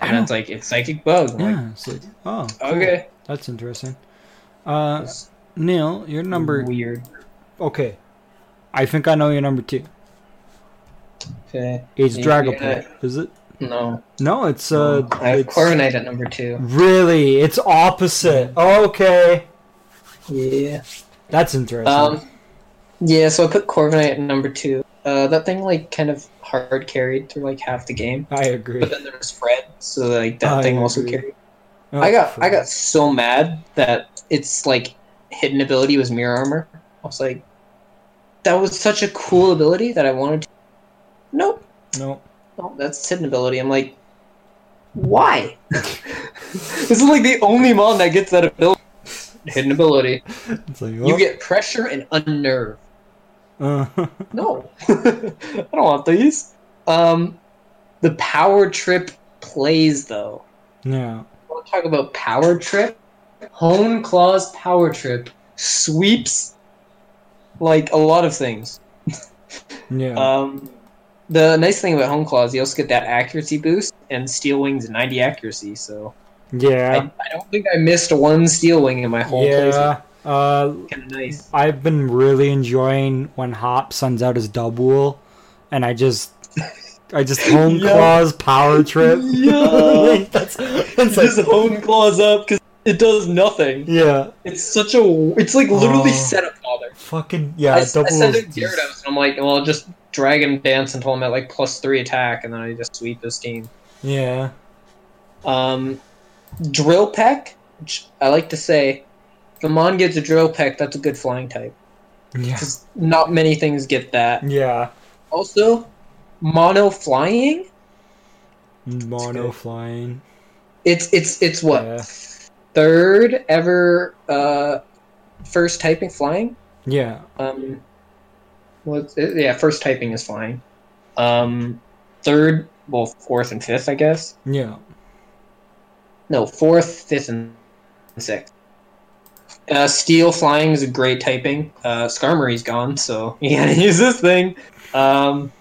And Yeah. it's like it's psychic bug. I'm like, Yeah. It's like, oh, cool. okay. That's interesting. Uh, It's Neil, your number. weird. Okay. I think I know your number two. Okay. It's Yeah, Dragapult, yeah. is it? No. No, it's uh, I have it's Corviknight at number two. really it's opposite. Okay, Yeah. that's interesting. Um, yeah, so I put Corviknight at number two. Uh, that thing like kind of hard carried through like half the game, I agree. but then there was Fred, so like that I thing also agree. carried. Oh, I got for- I got so mad that its like hidden ability was mirror armor. I was like, that was such a cool ability that I wanted. to... Nope, no. no, that's hidden ability. I'm like, why? *laughs* this is like the only mod that gets that ability. Hidden ability. It's like, You oh, get pressure and unnerve. uh, No, *laughs* I don't want these. Um, the power trip plays though. *laughs* yeah. Want to talk about power trip? Hone claws power trip sweeps like a lot of things. Yeah. Um, the nice thing about hone claws, you also get that accuracy boost and steel wings 90 accuracy. So yeah. I, I don't think I missed one steel wing in my whole playthrough. Yeah. Uh, Kind of nice. I've been really enjoying when Hop sends out his dub wool, and I just, I *laughs* just home Yeah. claws power trip. *laughs* Yeah. *laughs* that's, that's like, hone claws up because it does nothing. yeah, It's such a. It's like literally Oh. setup father. fucking yeah. I, I Uh, double sent is it to just- Gyarados, and I'm like, well, I'll just drag him dance until I'm at like plus three attack, and then I just sweep his team. Yeah, Um, drill peck, which I like to say, if the Mon gets a drill peck, that's a good flying type. yeah, Because not many things get that. yeah. Also, mono flying, Mono good. flying. it's it's it's what Yeah. third ever uh first typing flying. Yeah, Um, was it, yeah, first typing is flying. Um, third, well, fourth and fifth, I guess. yeah. No, fourth, fifth, and sixth. Uh, steel flying is a great typing. Uh, Skarmory's gone, so *laughs* you gotta use this thing. Um,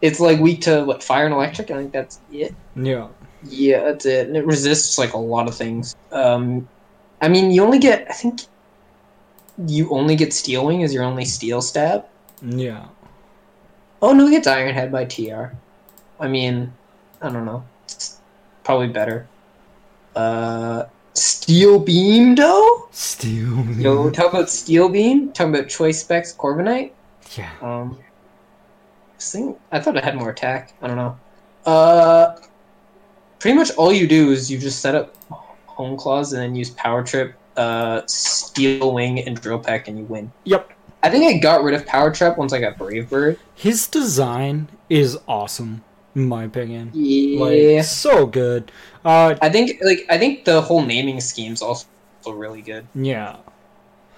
it's like weak to what fire and electric. I think that's it. Yeah. Yeah, that's it. And it resists like a lot of things. Um, I mean, you only get. I think you only get steel wing is your only steel stab. Yeah. Oh no, he gets Iron Head by TR. I mean, I don't know. It's probably better. Uh, Steel Beam though. Steel. Yo, talk about Steel Beam. Talking about Choice Specs Corviknight. Yeah. Um, this thing. I thought it had more attack. I don't know. Uh, pretty much all you do is you just set up Home Claws and then use Power Trip, uh, Steel Wing, and Drill Pack, and you win. Yep. I think I got rid of Power Trip once I got Brave Bird. His design is awesome, in my opinion. Yeah. Like so good. Uh I think like I think the whole naming scheme's also really good. yeah.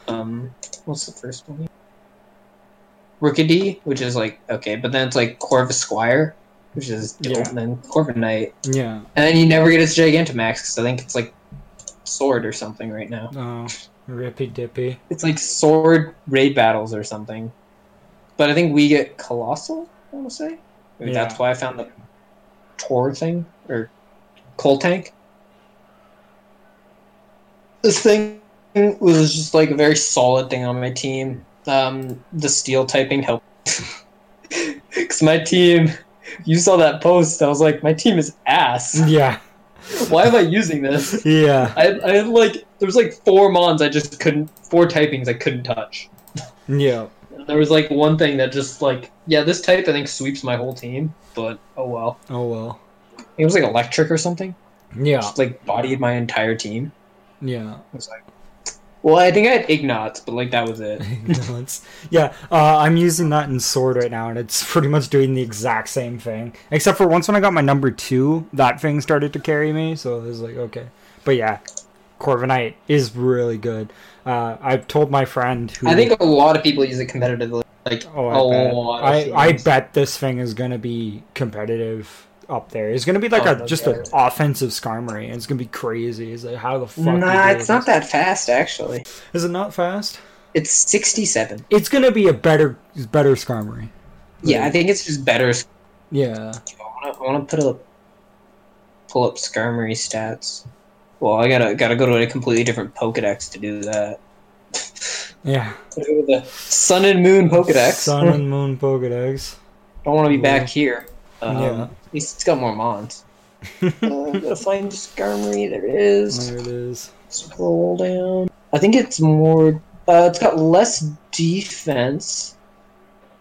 Um, what's the first one? Rookity, which is like okay, but then it's like Corvus Squire, which is dope, Yeah. and then Corvus Knight, Yeah. and then you never get its Gigantamax because I think it's like sword or something right now. Oh. Rippy dippy. It's like sword raid battles or something, but I think we get Colossal. I want to say Maybe Yeah. that's why I found the Tor thing or Coal Tank. this thing was just like a very solid thing on my team. Um, the steel typing helped *laughs* because my team. You saw that post. I was like, my team is ass. *laughs* Yeah. Why am I using this? Yeah. I, I had like there's like four mons I just couldn't four typings I couldn't touch. Yeah. And there was like one thing that just like yeah this type I think sweeps my whole team. But oh well, Oh well. it was like electric or something. Yeah. Just like bodied my entire team. Yeah. *laughs* I was like, well I think I had Ignatz, but like that *laughs* was it. No, it's- yeah, uh, I'm using that in Sword right now, and it's pretty much doing the exact same thing. Except for once when I got my number two, that thing started to carry me, so it was like, okay. But yeah, Corviknight is really good. Uh, I've told my friend who. I think a lot of people use it competitively. Like Oh, a I lot. bet. Of I, I teams. bet this thing is going to be competitive up there. It's going to be like Oh, a no just an doubt. offensive Skarmory, and it's going to be crazy. It's like, how the fuck? do you Nah, do it's this? not that fast actually. Is it not fast? It's sixty-seven. It's going to be a better better Skarmory. Yeah, I think it's just better. Yeah. I want to put up, pull up Skarmory stats. Well, I gotta gotta go to a completely different Pokedex to do that. *laughs* Yeah. Gotta go to the Sun and Moon Pokedex. *laughs* Sun and Moon Pokedex. Don't want to be back here. Um, Yeah. *laughs* At least it's got more mons. uh, I'm gonna find this armory. There it is. There it is. Scroll down. I think it's more. Uh, it's got less defense,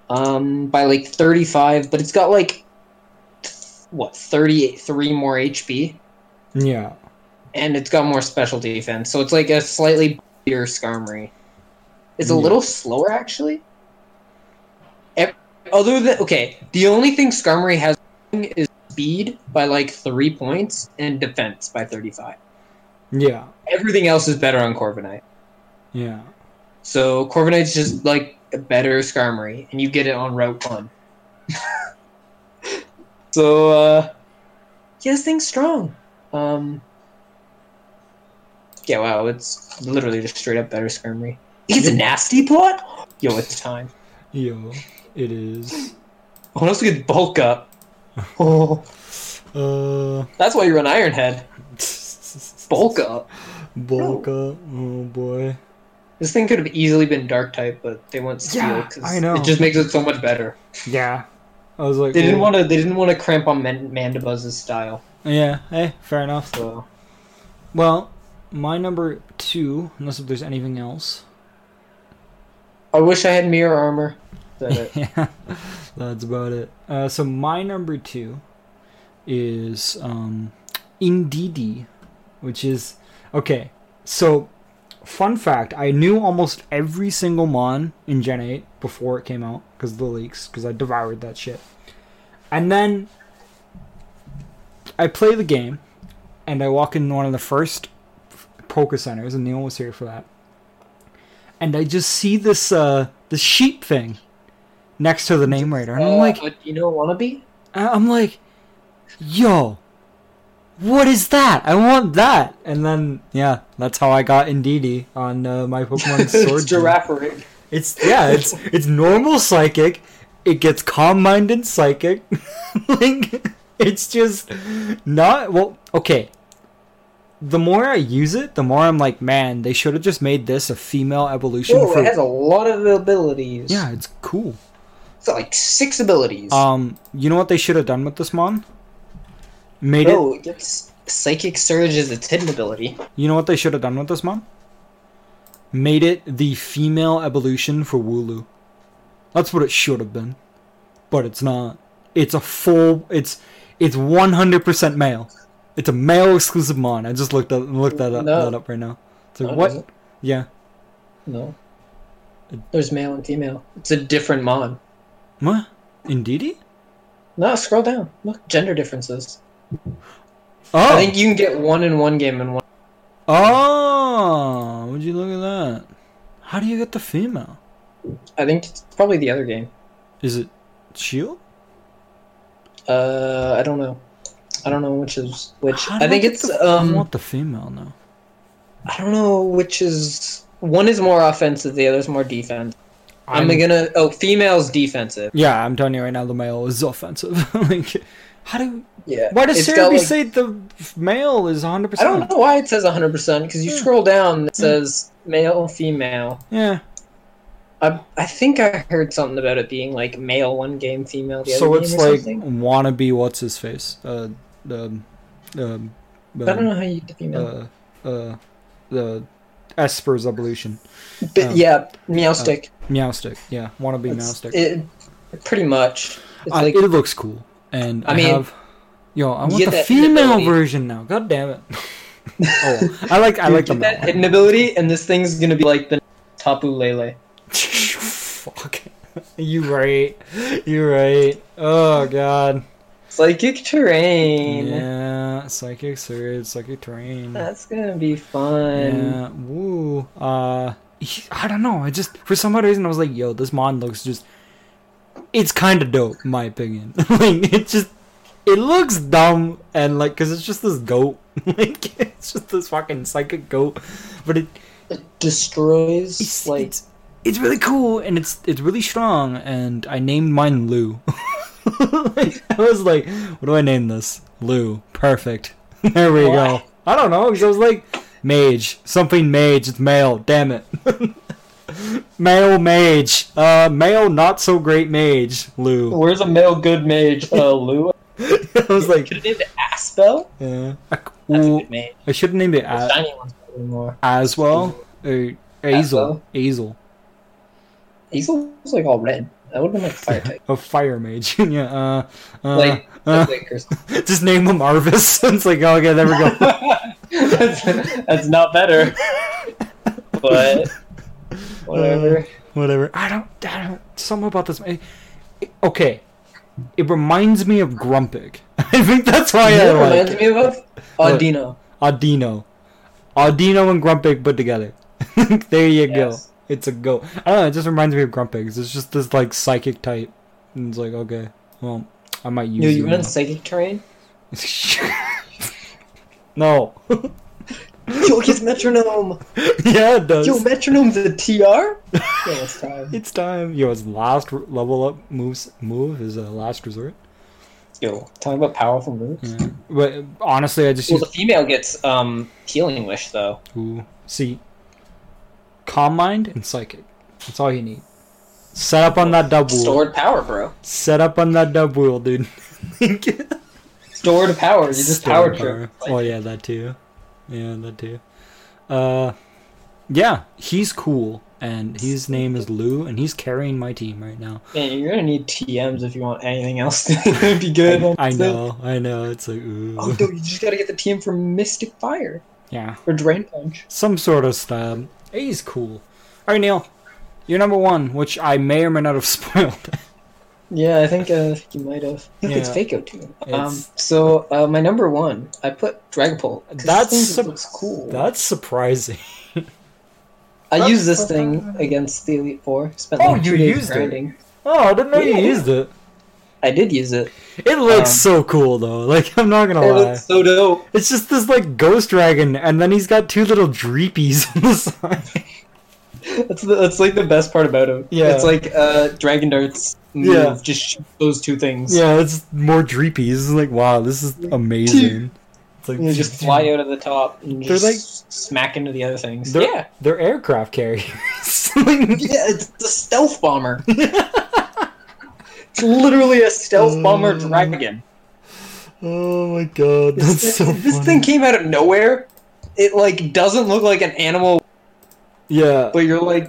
um, by like thirty-five, but it's got like th- what thirty-eight, three more HP, Yeah. and it's got more special defense. So it's like a slightly bigger Skarmory. It's a Yeah. little slower actually. Ev- Other than okay, the only thing Skarmory has is speed by like three points and defense by thirty-five. Yeah. Everything else is better on Corviknight. Yeah. So Corviknight's just like a better Skarmory, and you get it on Route One. *laughs* so uh yeah, this thing's strong. Um Yeah, wow, it's literally just straight up better Skarmory. It's a nasty plot? Yo, it's time. Yo. It is. I want us to get bulk up. *laughs* Oh Uh. *laughs* that's why you run Ironhead. Bulk up. Bulka. Oh boy. This thing could have easily been dark type, but they went steel Yeah, I know. it just makes it so much better. Yeah. I was like. They didn't oh. want to. They didn't want to cramp on Man- Mandibuz's style. Yeah. Hey. Fair enough. So Well, my number two, unless if there's anything else. I wish I had mirror armor. That *laughs* it- yeah, that's about it. Uh, so my number two is um, Indeedee, which is okay. So, fun fact: I knew almost every single mon in Gen Eight before it came out because of the leaks, because I devoured that shit. And then I play the game, and I walk in one of the first Poké Centers, and Neil was here for that. And I just see this uh, this sheep thing next to the name raider, and *laughs* I'm Uh, like, but you know, wannabe. I- I'm like, yo, what is that? I want that. And then, yeah, that's how I got Indeedee on uh, my Pokemon Sword. *laughs* it's team. giraffe rig. It's yeah, it's it's normal psychic. It gets calm-minded psychic. *laughs* like it's just not well. Okay, the more I use it, the more I'm like, man, they should have just made this a female evolution. Whoa, for- it has a lot of abilities. yeah, it's cool. it's got like six abilities. Um, you know what they should have done with this mon? Made it no, it's psychic surge is its hidden ability. You know what they should have done with this, mom? Made it the female evolution for Wulu. That's what it should have been, but it's not. It's a full. It's it's one hundred percent male. It's a male exclusive mon. I just looked up looked that up No. that up right now. It's like No, it what? doesn't. Yeah. No, there's male and female. It's a different mon. What? Indeedy? No, scroll down. Look, gender differences. Oh. I think you can get one in one game and one. oh. Would you look at that? How do you get the female? I think it's probably the other game. Is it Shield? Uh, I don't know. I don't know which is which. How do I think get it's the, I um. want the female now. I don't know which is one is more offensive, the other's more defense. I'm, I'm- gonna oh females defensive. Yeah, I'm telling you right now, the male is offensive. *laughs* like, how do? Yeah. Why does It's Cerebi got, like- say the male is 100? I percent don't know why it says 100 percent because you Yeah. scroll down Hmm. it says male female. Yeah. I I think I heard something about it being like male one game, female the other So game it's or like something. wannabe. What's his face? Uh, the, um, I don't um, know how you get female. uh, uh, the Esper's evolution. but um, yeah, Meowstic. Meowstick. Yeah, wannabe It's- Meowstick. It, it pretty much. It's uh, I, like it looks cool, and I, I mean, have. Yo, I want get the that female inability. version now. God damn it. *laughs* oh, well. I like I you like the get male. that one. hidden ability, and this thing's gonna be like the Tapu Lele. Fuck. You right. You right. Oh god. Psychic terrain. Yeah. Psychic surge, psychic terrain. That's gonna be fun. Yeah. Woo. Uh I don't know. I just for some odd reason I was like, yo, this mod looks just it's kinda dope, in my opinion. *laughs* like it just it looks dumb and like cause it's just this goat. *laughs* like it's just this fucking psychic goat. But it destroys it's, like it's it's really cool and it's it's really strong and I named mine Lou. *laughs* Like, I was like, what do I name this? Lou. Perfect. *laughs* There we go. Why? I don't know because I was like, mage, something mage. It's male. Damn it. *laughs* Male mage. Uh, male not so great mage, Lou. *laughs* Where's a male good mage? Uh, Lou. I was like, Could have named it Aspel. yeah. That's a Well, good mage. I should have named it The A- shiny one's better than more. Aswell or Azel. Azel. Easel's like all red. That would have been like fire type. A fire mage. *laughs* yeah. Uh, uh, Like, uh, that's *laughs* like Chris- just name him Arvis. *laughs* it's like, oh, okay, there we go. that's, that's not better. *laughs* But *laughs* Uh, whatever. whatever. I don't, I don't. Something about this. It, it- okay, it reminds me of Grumpig. *laughs* I think that's why You know I what like reminds it. me of What? Audino. Audino, Audino and Grumpig put together. *laughs* there you go. Yes. It's a go. I don't know. It just reminds me of Grumpig. It's just this like psychic type. And it's like okay, well, I might use You, you. you run now. psychic terrain. *laughs* no. Yo, his metronome. yeah, it does. *laughs* Yo, metronome's a TR. Yeah, that's time. it's time. Yo, it's last re- level up moves. Move is a last resort. Yo, talking about powerful moves. Yeah. But honestly, I just Well, use the female gets um healing wish though. Ooh. See, calm mind and psychic. That's all you need. Set up on that dub wheel. Stored power, bro. Set up on that dub wheel, dude. *laughs* you Stored power. You just power trip. Oh yeah, that too. Yeah, that too. Uh, yeah, he's cool, and his name is Lou, and he's carrying my team right now. Man, you're gonna need TMs if you want anything else to *laughs* be good. I honestly. know, I know. It's like Oh, ooh, dude, you just gotta get the TM from Mystic Fire yeah, or Drain Punch. some sort of stab. He's cool. All right, Neil, you're number one, which I may or may not have *laughs* spoiled. Yeah, I think uh, you might have. I think it's Yeah. Faco too. Um, It's- so uh, my number one, I put Dragapult. 'cause That's this thing sup- looks cool. That's surprising. I used this thing against the Elite Four. Spent Oh, like two you days used it. grinding. Oh, I didn't know Yeah. you used it. I did use it. It looks Um, so cool though. Like I'm not gonna It lie. looks so dope. It's just this like ghost dragon, and then he's got two little dreepies *laughs* on the side. That's the, that's like the best part about it. Yeah. it's like uh, Dragon Dart's move. Yeah. Just shoot those two things. yeah, it's more dreepies. It's like wow, this is *laughs* amazing. It's like You just fly out of the top and They're just like- smack into the other things. They're, Yeah. they're aircraft *laughs* carriers. *laughs* Like, Yeah, it's the stealth *laughs* bomber. it's literally a stealth bomber Mm. dragon. oh my god, that's this so this funny. thing came out of nowhere. It like doesn't look like an animal, yeah, but you're like,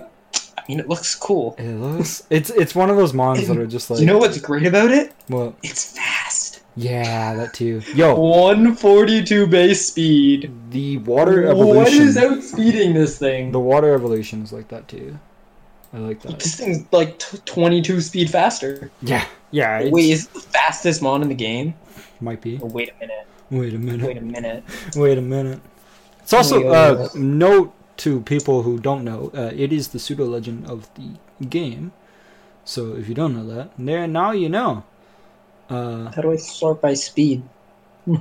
I mean, it looks cool. it looks. It's it's one of those mons that are just like you know what's great about it? well, It's fast. yeah, that too. Oh. Yo, 142 base speed. the water evolution. Oh, What is outspeeding this thing? The water evolution is like that too. I like that. This thing's like t- 22 speed faster. Yeah, yeah. It Wait, is it the fastest mon in the game? might be. Oh, wait a minute. Wait a minute. Wait a minute. Wait a minute. It's also Wait a uh, minute. note to people who don't know. Uh, it is the pseudo legend of the game. So if you don't know that, there now you know. Uh, *laughs* How do I sort by speed? Hmm.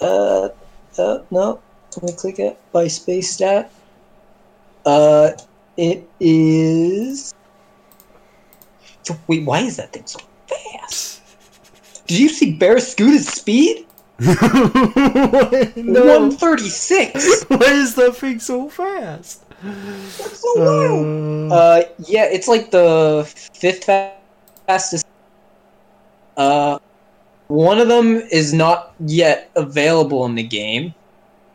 uh, uh, no. Let me click it by space stat. Uh, it is. Yo, Wait, why is that thing so fast? Did you see Barrascuda's speed? no, 136! why is that thing so fast? That's so wild! Uh, Uh, yeah, it's like the fifth fa- fastest. Uh, one of them is not yet available in the game,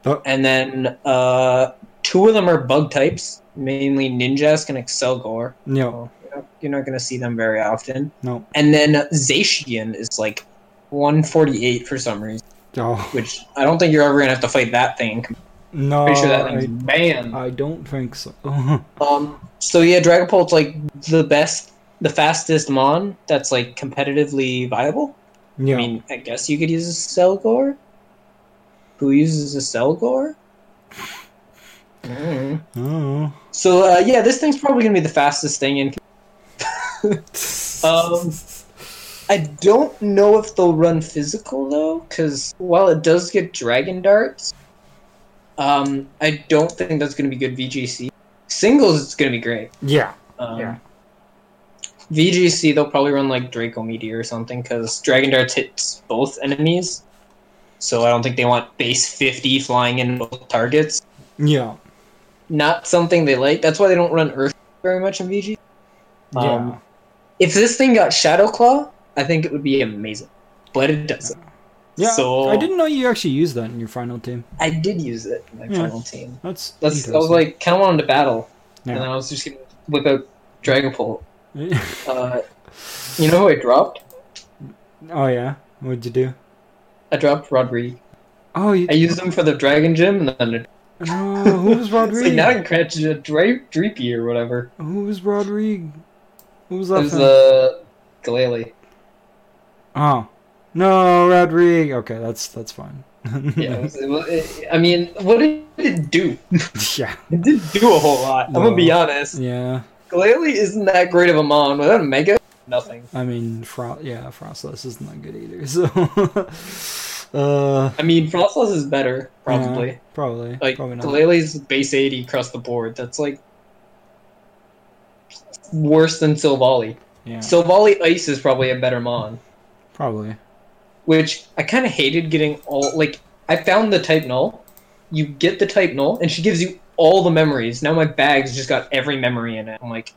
Oh. and then uh, two of them are bug types, mainly Ninjask and Excelgore. no, You're not, you're not going to see them very often. no. And then Zacian is like 148 for some reason, Oh, which I don't think you're ever going to have to fight that thing. no. Pretty sure that I- thing's banned. I don't think so. *laughs* oh, Um, so yeah, Dragapult's like the best, the fastest mon that's like competitively viable. yeah. I mean, I guess you could use a Selgor. Who uses a Selgor? Mm. Oh. So uh, yeah, this thing's probably gonna be the fastest thing. And Um, I don't know if they'll run physical though, because while it does get dragon darts, um, I don't think that's gonna be good VGC. Singles, it's gonna be great. yeah, Um, Yeah. VGC, they'll probably run like Draco Meteor or something because Dragon Darts hits both enemies. So I don't think they want base 50 flying in both targets. yeah. not something they like. That's why they don't run Earth very much in VG. Um, yeah. If this thing got Shadow Claw, I think it would be amazing. But it doesn't. Yeah, so- I didn't know you actually used that in your final team. I did use it in my Yeah. final team. That's That's I was like kind of wanted to battle, Yeah. and I was just gonna whip out Dragapult. interesting. Uh, you know who I dropped? *laughs* oh yeah, what'd you do? I dropped Rodri. Oh, you, I *laughs* used him for the Dragon Gym, and then no, Oh, who *laughs* was it's like Rodrigue? now I can catch a Dra- Dreepy or whatever. who was Rodrigue? Who was It that? was from- uh, Galele. oh, no, Rodrigue. Okay, that's that's fine. *laughs* Yeah, it was, it was, it, I mean, what did it do? yeah, It didn't do a whole lot. I'm gonna be honest. yeah. Glalie isn't that great of a mon. Without a Mega, nothing. I mean, Fro- yeah, Frostless isn't that good either. *laughs* So, uh, I mean, Frostlass is better, probably. yeah, probably, Like probably not. Galele's base eighty across the board. That's like worse than Silvally. yeah, Silvally Ice is probably a better mon. probably. Which I kind of hated getting all like I found the type null. You get the type null, and she gives you all the memories. Now my bag's just got every memory in it. I'm like,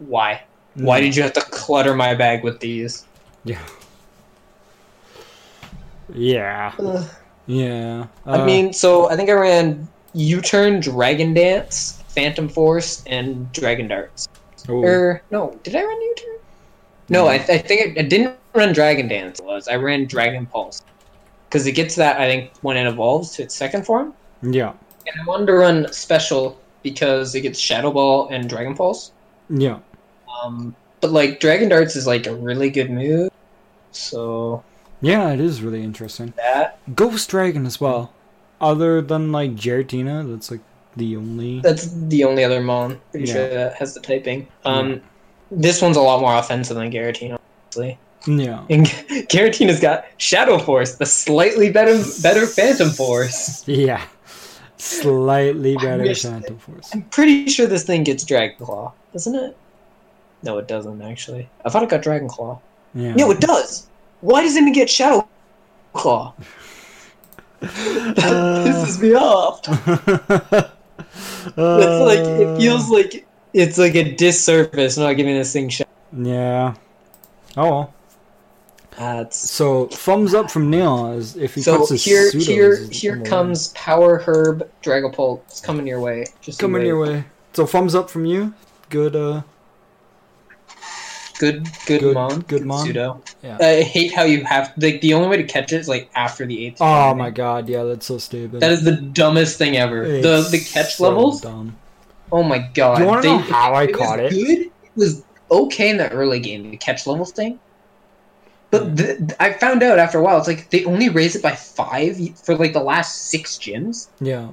why? Mm. Why did you have to clutter my bag with these? Mm. Yeah, yeah. I uh, mean, so I think I ran U turn, Dragon Dance, Phantom Force, and Dragon Darts. ooh. Or no, did I run U turn? No, I, I think I, I didn't run Dragon Dance. It was I ran Dragon Pulse because it gets that I think when it evolves to its second form. yeah, And I wanted to run Special because it gets Shadow Ball and Dragon Pulse. yeah. Um, but like Dragon Darts is like a really good move, so Yeah, it is really interesting. that Ghost Dragon as well. Other than like Giratina, that's like the only. That's the only other Mon. Pretty Yeah. sure that has the typing. Um, Yeah. this one's a lot more offensive than Giratina, obviously. Yeah. And *laughs* Giratina's got Shadow Force, the slightly better better Phantom Force. Yeah. Slightly I better wish Phantom Force. I'm pretty sure this thing gets Dragon Claw, doesn't it? No, it doesn't actually. I thought it got Dragon Claw. Yeah. No, it does. Why doesn't it get Shadow Claw? Uh. *laughs* this pisses me off. *laughs* uh, It's like it feels like it's like a disservice not giving this thing Shadow. Yeah. Oh. well. That's So thumbs up from Neil is if he So puts his here, pseudos here, is here number one. comes Power Herb Dragapult. It's coming your way. Just you coming your wait. way. So thumbs up from you. Good. Uh. Good, good, Good- mon. good mon. Pseudo. Yeah. I hate how you have like the only way to catch it is like after the eighth. Oh round. my God. Yeah, that's so stupid. That is the dumbest thing ever. the It's the catch so levels. Dumb. Oh my god. Do you want They- to know how I caught was it? Good. It was okay in the early game. The catch levels thing. Hmm. But the, I found out after a while, it's like they only raise it by five for like the last six gyms. Yeah.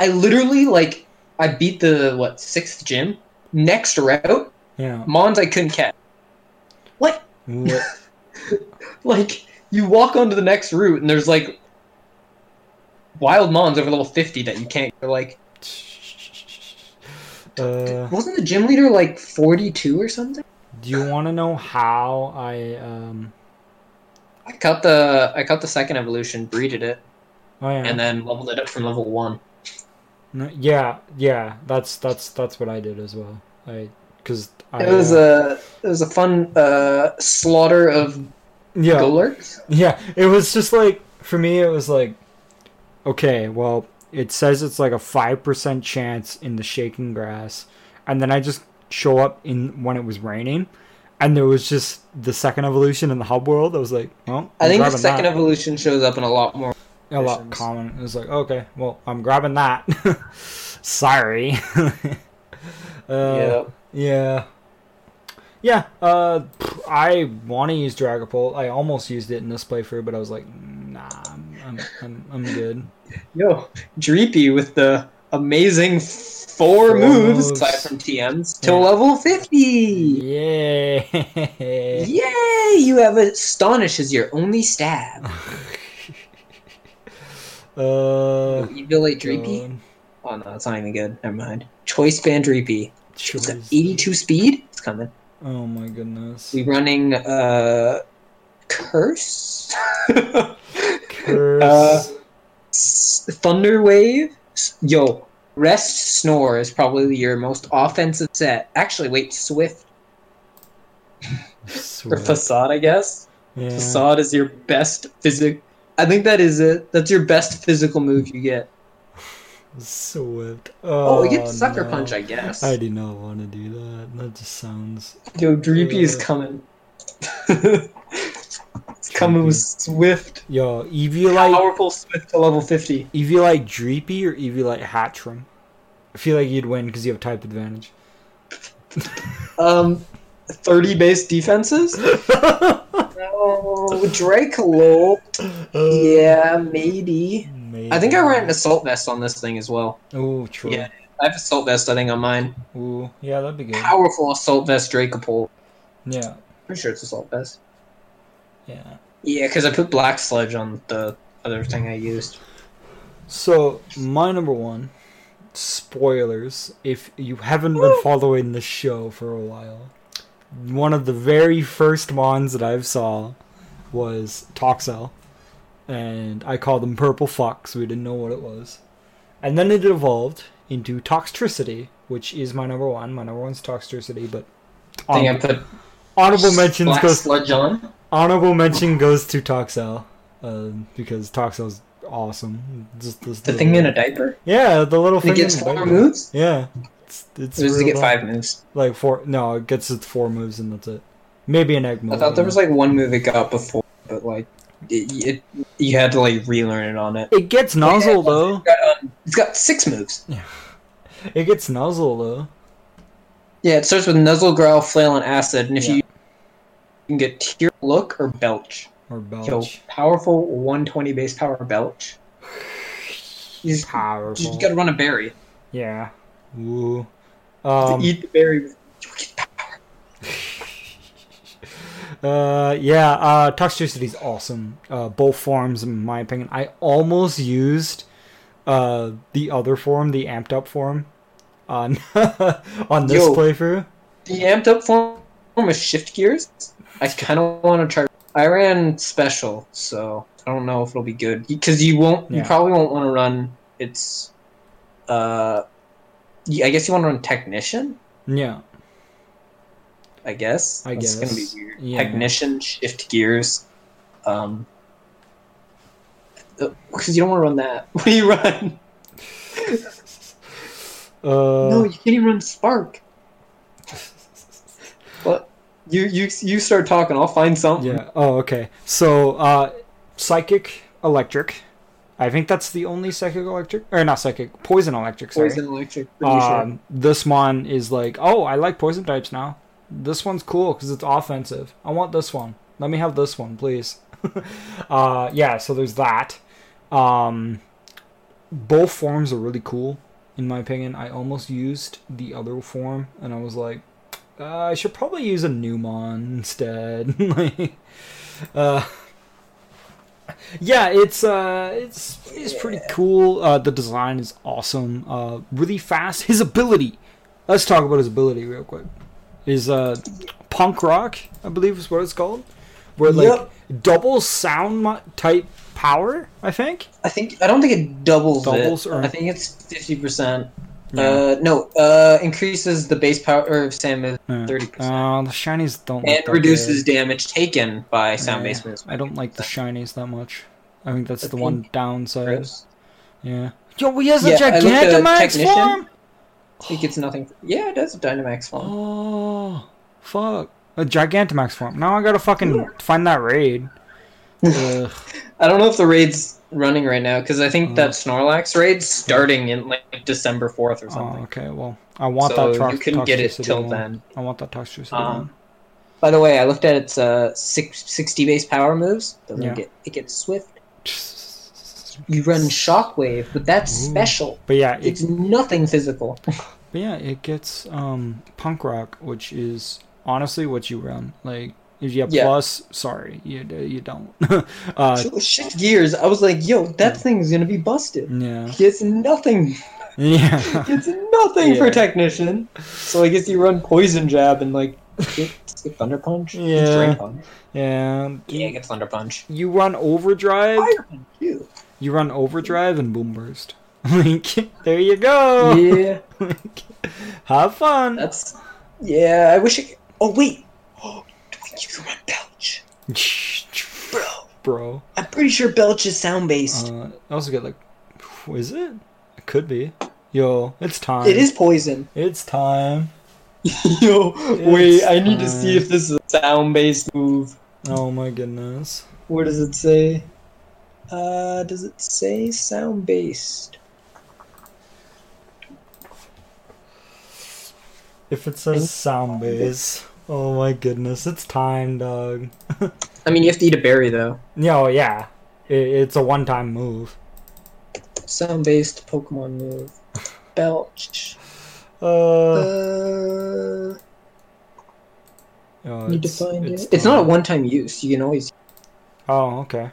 I literally like I beat the what sixth gym. Next route, Yeah. Mons I couldn't catch. What? What- *laughs* Like you walk onto the next route and there's like wild Mons over level fifty that you can't. You're like, Uh, wasn't the gym leader like forty two or something? do you want to know how I? Um, I caught the I caught the second evolution, breeded it, oh yeah, and then leveled it up from level one. No, yeah, yeah. That's that's that's what I did as well. I because I It was uh, a it was a fun uh, slaughter of yeah Golurks. yeah. It was just like for me, it was like okay, well, it says it's like a five percent chance in the shaking grass, and then I just show up in when it was raining, and there was just the second evolution in the hub world. I was like, well, I I'm think the grabbing that. second evolution shows up in a lot more. a lot versions. common. It was like, okay, well, I'm grabbing that. *laughs* Sorry. *laughs* uh, yeah. Uh, yeah. Yeah. uh, pff, I want to use Dragapult. I almost used it in this playthrough, but I was like, nah, I'm, I'm, I'm, I'm good. Yo, Dreepy with the amazing four, Four moves, moves. aside from TMs, till Yeah. level 50! Yay! Yay! You have Astonish as your only stab. *laughs* uh, Evilate Dreepy? God. Oh no, that's not even good. Never mind. Choice Band Dreepy. It's got Choice. 82 speed. It's coming. Oh my goodness. We running, uh. Curse? *laughs* Curse. Uh, S- Thunder Wave? S- Yo, Rest Snore is probably your most offensive set. Actually, wait, Swift or Swear. Facade, I guess. Yeah. Facade is your best physic. I think that is it. That's your best physical move you get. Swift. Oh, Oh, you get Sucker no. Punch, I guess. I do not want to do that. That just sounds. Yo, Dreepy is Uh, coming. *laughs* it's coming with Swift. Yo, Eviolite, Powerful Swift to level 50. Eviolite Dreepy or Eviolite Hatchrim? I feel like you'd win because you have type advantage. Um, 30 base defenses? oh, Dracolo. Yeah, maybe. I think I ran an assault vest on this thing as well. Oh, true. Yeah. I have assault vest, I think, on mine. Ooh, yeah, that'd be good. Powerful assault vest, Dracopole. Yeah, Pretty sure it's assault vest. yeah. Yeah, because I put black sludge on the other thing I used. So, my number one spoilers if you haven't been following the show for a while, one of the very first mons that I've saw was Toxel, and I called him Purple Fox. We didn't know what it was, and then it evolved into Toxtricity, which is my number one. My number one's Toxtricity, but I think hon- I put Um, honorable mentions black goes sludge on. honorable mention goes to Toxel, uh, because Toxel's awesome. Just this The little- thing in a diaper? yeah, the little thing It gets in four the- moves? Yeah, it's it's Or does it real get dumb. five moves? like four. No, it gets its four moves and that's it. Maybe an egg move. I thought there was like one move it got before, but like it, it you had to like relearn it on it. it gets nozzle though. It's got, um, it's got six moves. It gets nozzle though. Yeah, it starts with nuzzle, growl, flail, and acid, and if Yeah. you, you can get tear, look, or belch. Or Yo, belch. powerful 120 base power belch. You just, you Powerful. just gotta run a berry. Yeah. Woo. To Um. eat the berry. with- *laughs* Uh. Yeah. Uh. Toxicity's awesome. Uh. Both forms, in my opinion. I almost used, uh, the other form, the amped up form, on *laughs* on this Yo. playthrough. The amped up form with shift gears. I kind of want to try. I ran special, so I don't know if it'll be good because you won't. You Yeah. probably won't want to run. It's, uh, y- I guess you want to run technician. Yeah. I guess. I That's gonna be guess. weird. Yeah. Technician, shift gears. Um, because you don't want to run that. *laughs* What do you run? Uh. no, you can't even *laughs* run spark. What? You you you start talking. I'll find something. Yeah. Oh, okay. So, uh, psychic electric. I think that's the only psychic electric, or not psychic, poison electric. Sorry. Poison electric. Pretty sure. Um, this one is like, oh, I like poison types now. This one's cool because it's offensive. I want this one. Let me have this one, please. *laughs* uh, yeah. So there's that. Um, both forms are really cool, in my opinion. I almost used the other form, and I was like, uh, I should probably use a Numon instead. *laughs* Like, uh, yeah, it's uh, it's it's pretty cool. Uh, the design is awesome. Uh, really fast. His ability. Let's talk about his ability real quick. Is uh, punk rock, I believe is what it's called, where like double sound mo- type power. I think. I think I don't think it doubles. Doubles Doubles or- I think it's fifty percent. Yeah. Uh, no. Uh, increases the base power of Sam is Yeah. thirty percent Uh, the shinies don't. look and that reduces good. damage taken by sound Yeah, based moves. I don't like the shinies that much. I think that's The the one pink downside. Gross. Yeah. Yo, he has a Yeah, I looked at a Gigantamax technician. form. *gasps* It gets nothing. Yeah, it does a Dynamax form. Oh, fuck. A Gigantamax form. Now I gotta fucking find that raid. *laughs* Ugh. I don't know if the raid's running right now because I think Oh. that Snorlax raid's starting in like December fourth or oh, something. okay. Well, I want so that tox- you couldn't get it toxicity till one. then. I want that toxicity. Um, one. *laughs* By the way, I looked at its uh six, sixty base power moves. Doesn't Yeah. get it gets swift. You run Shockwave, but that's Ooh. special. But yeah, it It's nothing physical. But yeah, it gets um punk rock, which is honestly what you run. Like if you have Yeah. plus, sorry, you you don't. *laughs* uh, So shift gears. I was like, yo, that thing's gonna be busted. yeah, *laughs* It's nothing. yeah, It's nothing Yeah. for technician. So I guess you run poison jab and like get, get thunder punch. Get Yeah. Drain punch. yeah. Yeah, get thunder punch. You run overdrive. Fire punch too. You run overdrive and boom burst. *laughs* Link, there you go. *laughs* yeah, Link, have fun. *laughs* that's. Yeah, I wish I. Could... Oh wait, *gasps* oh, do we give you my belch, bro? Bro. I'm pretty sure belch is sound based. Uh, I also get like, is it? It could be. Yo, it's time. it is poison. *laughs* It's time. Yo, wait, I need to It's see if this is a sound based move. Oh my goodness. What does it say? Uh, does it say sound based? If it says sound base. Oh my goodness, it's time, dog. I mean, you have to eat a berry though. Yo, yeah. It, it's a one time move. Sound based *laughs* Pokemon move. Belch. Uh, Uh, yo, need to it's, find it's it. It's not a time. one time use. You can always. Oh, okay.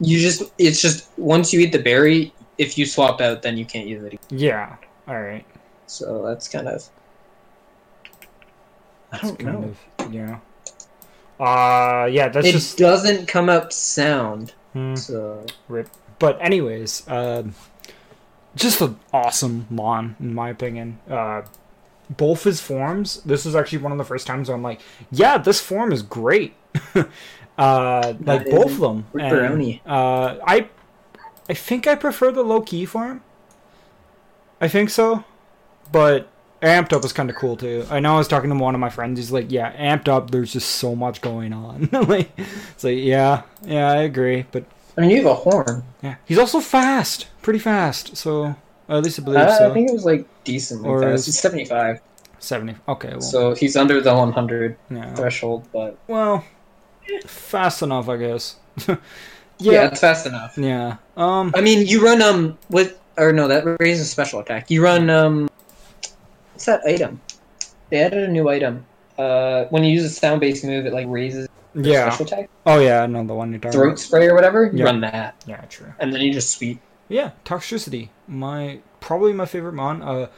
You just. It's just once you eat the berry, if you swap out, then you can't use it. Again. Yeah. Alright. So that's kind of. I That's don't kind know. of, yeah. Uh, yeah, that's It just. doesn't come up sound. Hmm. So. But anyways, uh, just an awesome Mon in my opinion. Uh, both his forms. This is actually one of the first times where I'm like, yeah, this form is great. *laughs* uh, like is both of them. And, pepperoni. uh, I, I think I prefer the low key form. I think so, but amped up is kind of cool too. I know I was talking to one of my friends. He's like, yeah, amped up. There's just so much going on. *laughs* like, it's like, yeah, yeah, I agree, but. I mean, you have a horn. Yeah, he's also fast, pretty fast. So at least I believe Uh, so. I think it was like decent. Or Or fast. is- He's 75, Seventy. Okay, well, so uh, he's under the 100 yeah. threshold, but Well, fast enough, I guess. *laughs* yeah. yeah, it's fast enough. yeah. Um, I mean, you run um with or no, that raises a special attack. You run um, what's that item? They added a new item. Uh, when you use a sound-based move, it like raises your yeah. special attack, Oh yeah, no, the one you're talking throat spray or whatever. You Yeah. run that, about. Yeah, true. and then you just sweep. Yeah, toxicity. My probably my favorite mon. Uh,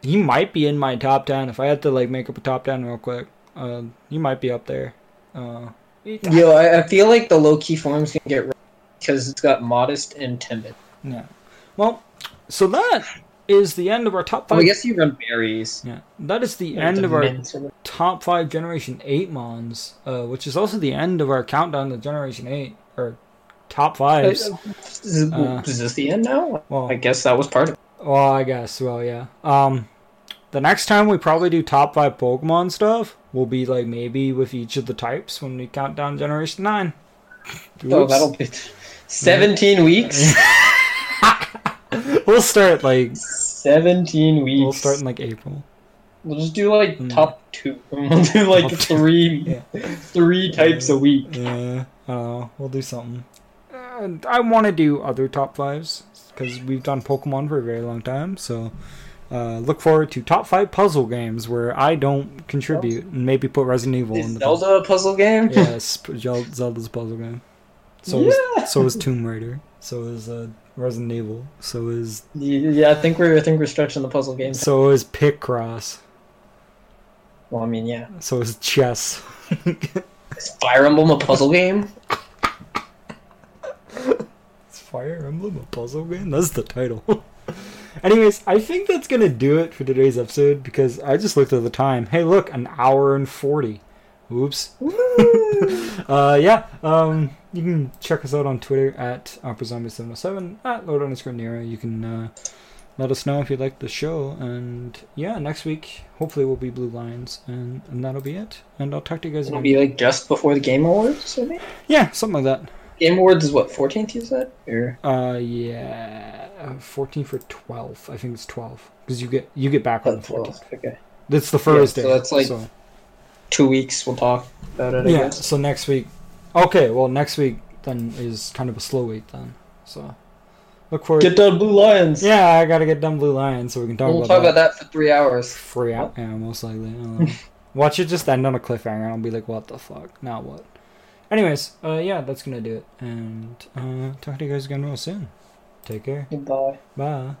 he might be in my top ten. If I had to like make up a top ten real quick, uh, he might be up there. Uh, Yo, I, I feel like the low-key form's gonna get because it's got modest and timid. yeah. Well, so that is the end of our top Well, five. I guess you run berries. yeah, that is the end of our Mint or- top five Generation Eight mons, uh, which is also the end of our countdown to Generation Eight or top fives. Is, Uh, is this the end now? Well, I guess that was part of it. well, I guess. Well, yeah. Um, the next time we probably do top five Pokemon stuff will be like maybe with each of the types when we count down Generation Nine. So Oops. Oh, that'll be 17 weeks. *laughs* we'll start like 17 weeks. we'll start in like April. We'll just do like Mm. top two. *laughs* We'll do like Top two. *laughs* three, three types a week. Yeah, I don't know. We'll do something. Uh, I want to do other top fives because we've done Pokemon for a very long time. So uh, look forward to top five puzzle games where I don't contribute and maybe put Resident Evil Is in the. Zelda a puzzle game? Yes, p- Zel- Zelda's a puzzle game. So Yeah. is so is Tomb Raider. So is uh, Resident Evil. So is *laughs* Yeah, I think we're I think we're stretching the puzzle game. so is Picross. Well, I mean, yeah. So is chess. *laughs* Is Fire Emblem a puzzle game? It's Fire Emblem a puzzle game? That's the title. *laughs* Anyways, I think that's gonna do it for today's episode because I just looked at the time. Hey, look, an hour and forty. Oops. *laughs* uh, yeah. Um, you can check us out on Twitter at OperaZombie707 at Lord underscore Nero. You can uh, let us know if you like the show, and yeah, next week hopefully we'll be Blue Lions, and, and that'll be it. And I'll talk to you guys It'll again. be like just before the Game Awards, I think. yeah, something like that. Game Awards is what, 14th, you said? Or Uh, yeah, fourteen for twelve. I think it's twelve because you get you get back on the 12th? fourteenth. Okay. That's the first so day. that's like- Two weeks, we'll talk about it, I yeah. guess. So next week, okay. Well, next week then is kind of a slow week then. So look forward. Get down Blue Lions. yeah, I gotta get done Blue Lion so we can talk We'll about talk that. about that for three hours. Free out. Yeah, most likely. I don't *laughs* know. Watch it just end on a cliffhanger. I'll be like, what the fuck? Now what? Anyways, uh, yeah, that's gonna do it. And uh, talk to you guys again real soon. Take care. Goodbye. Bye.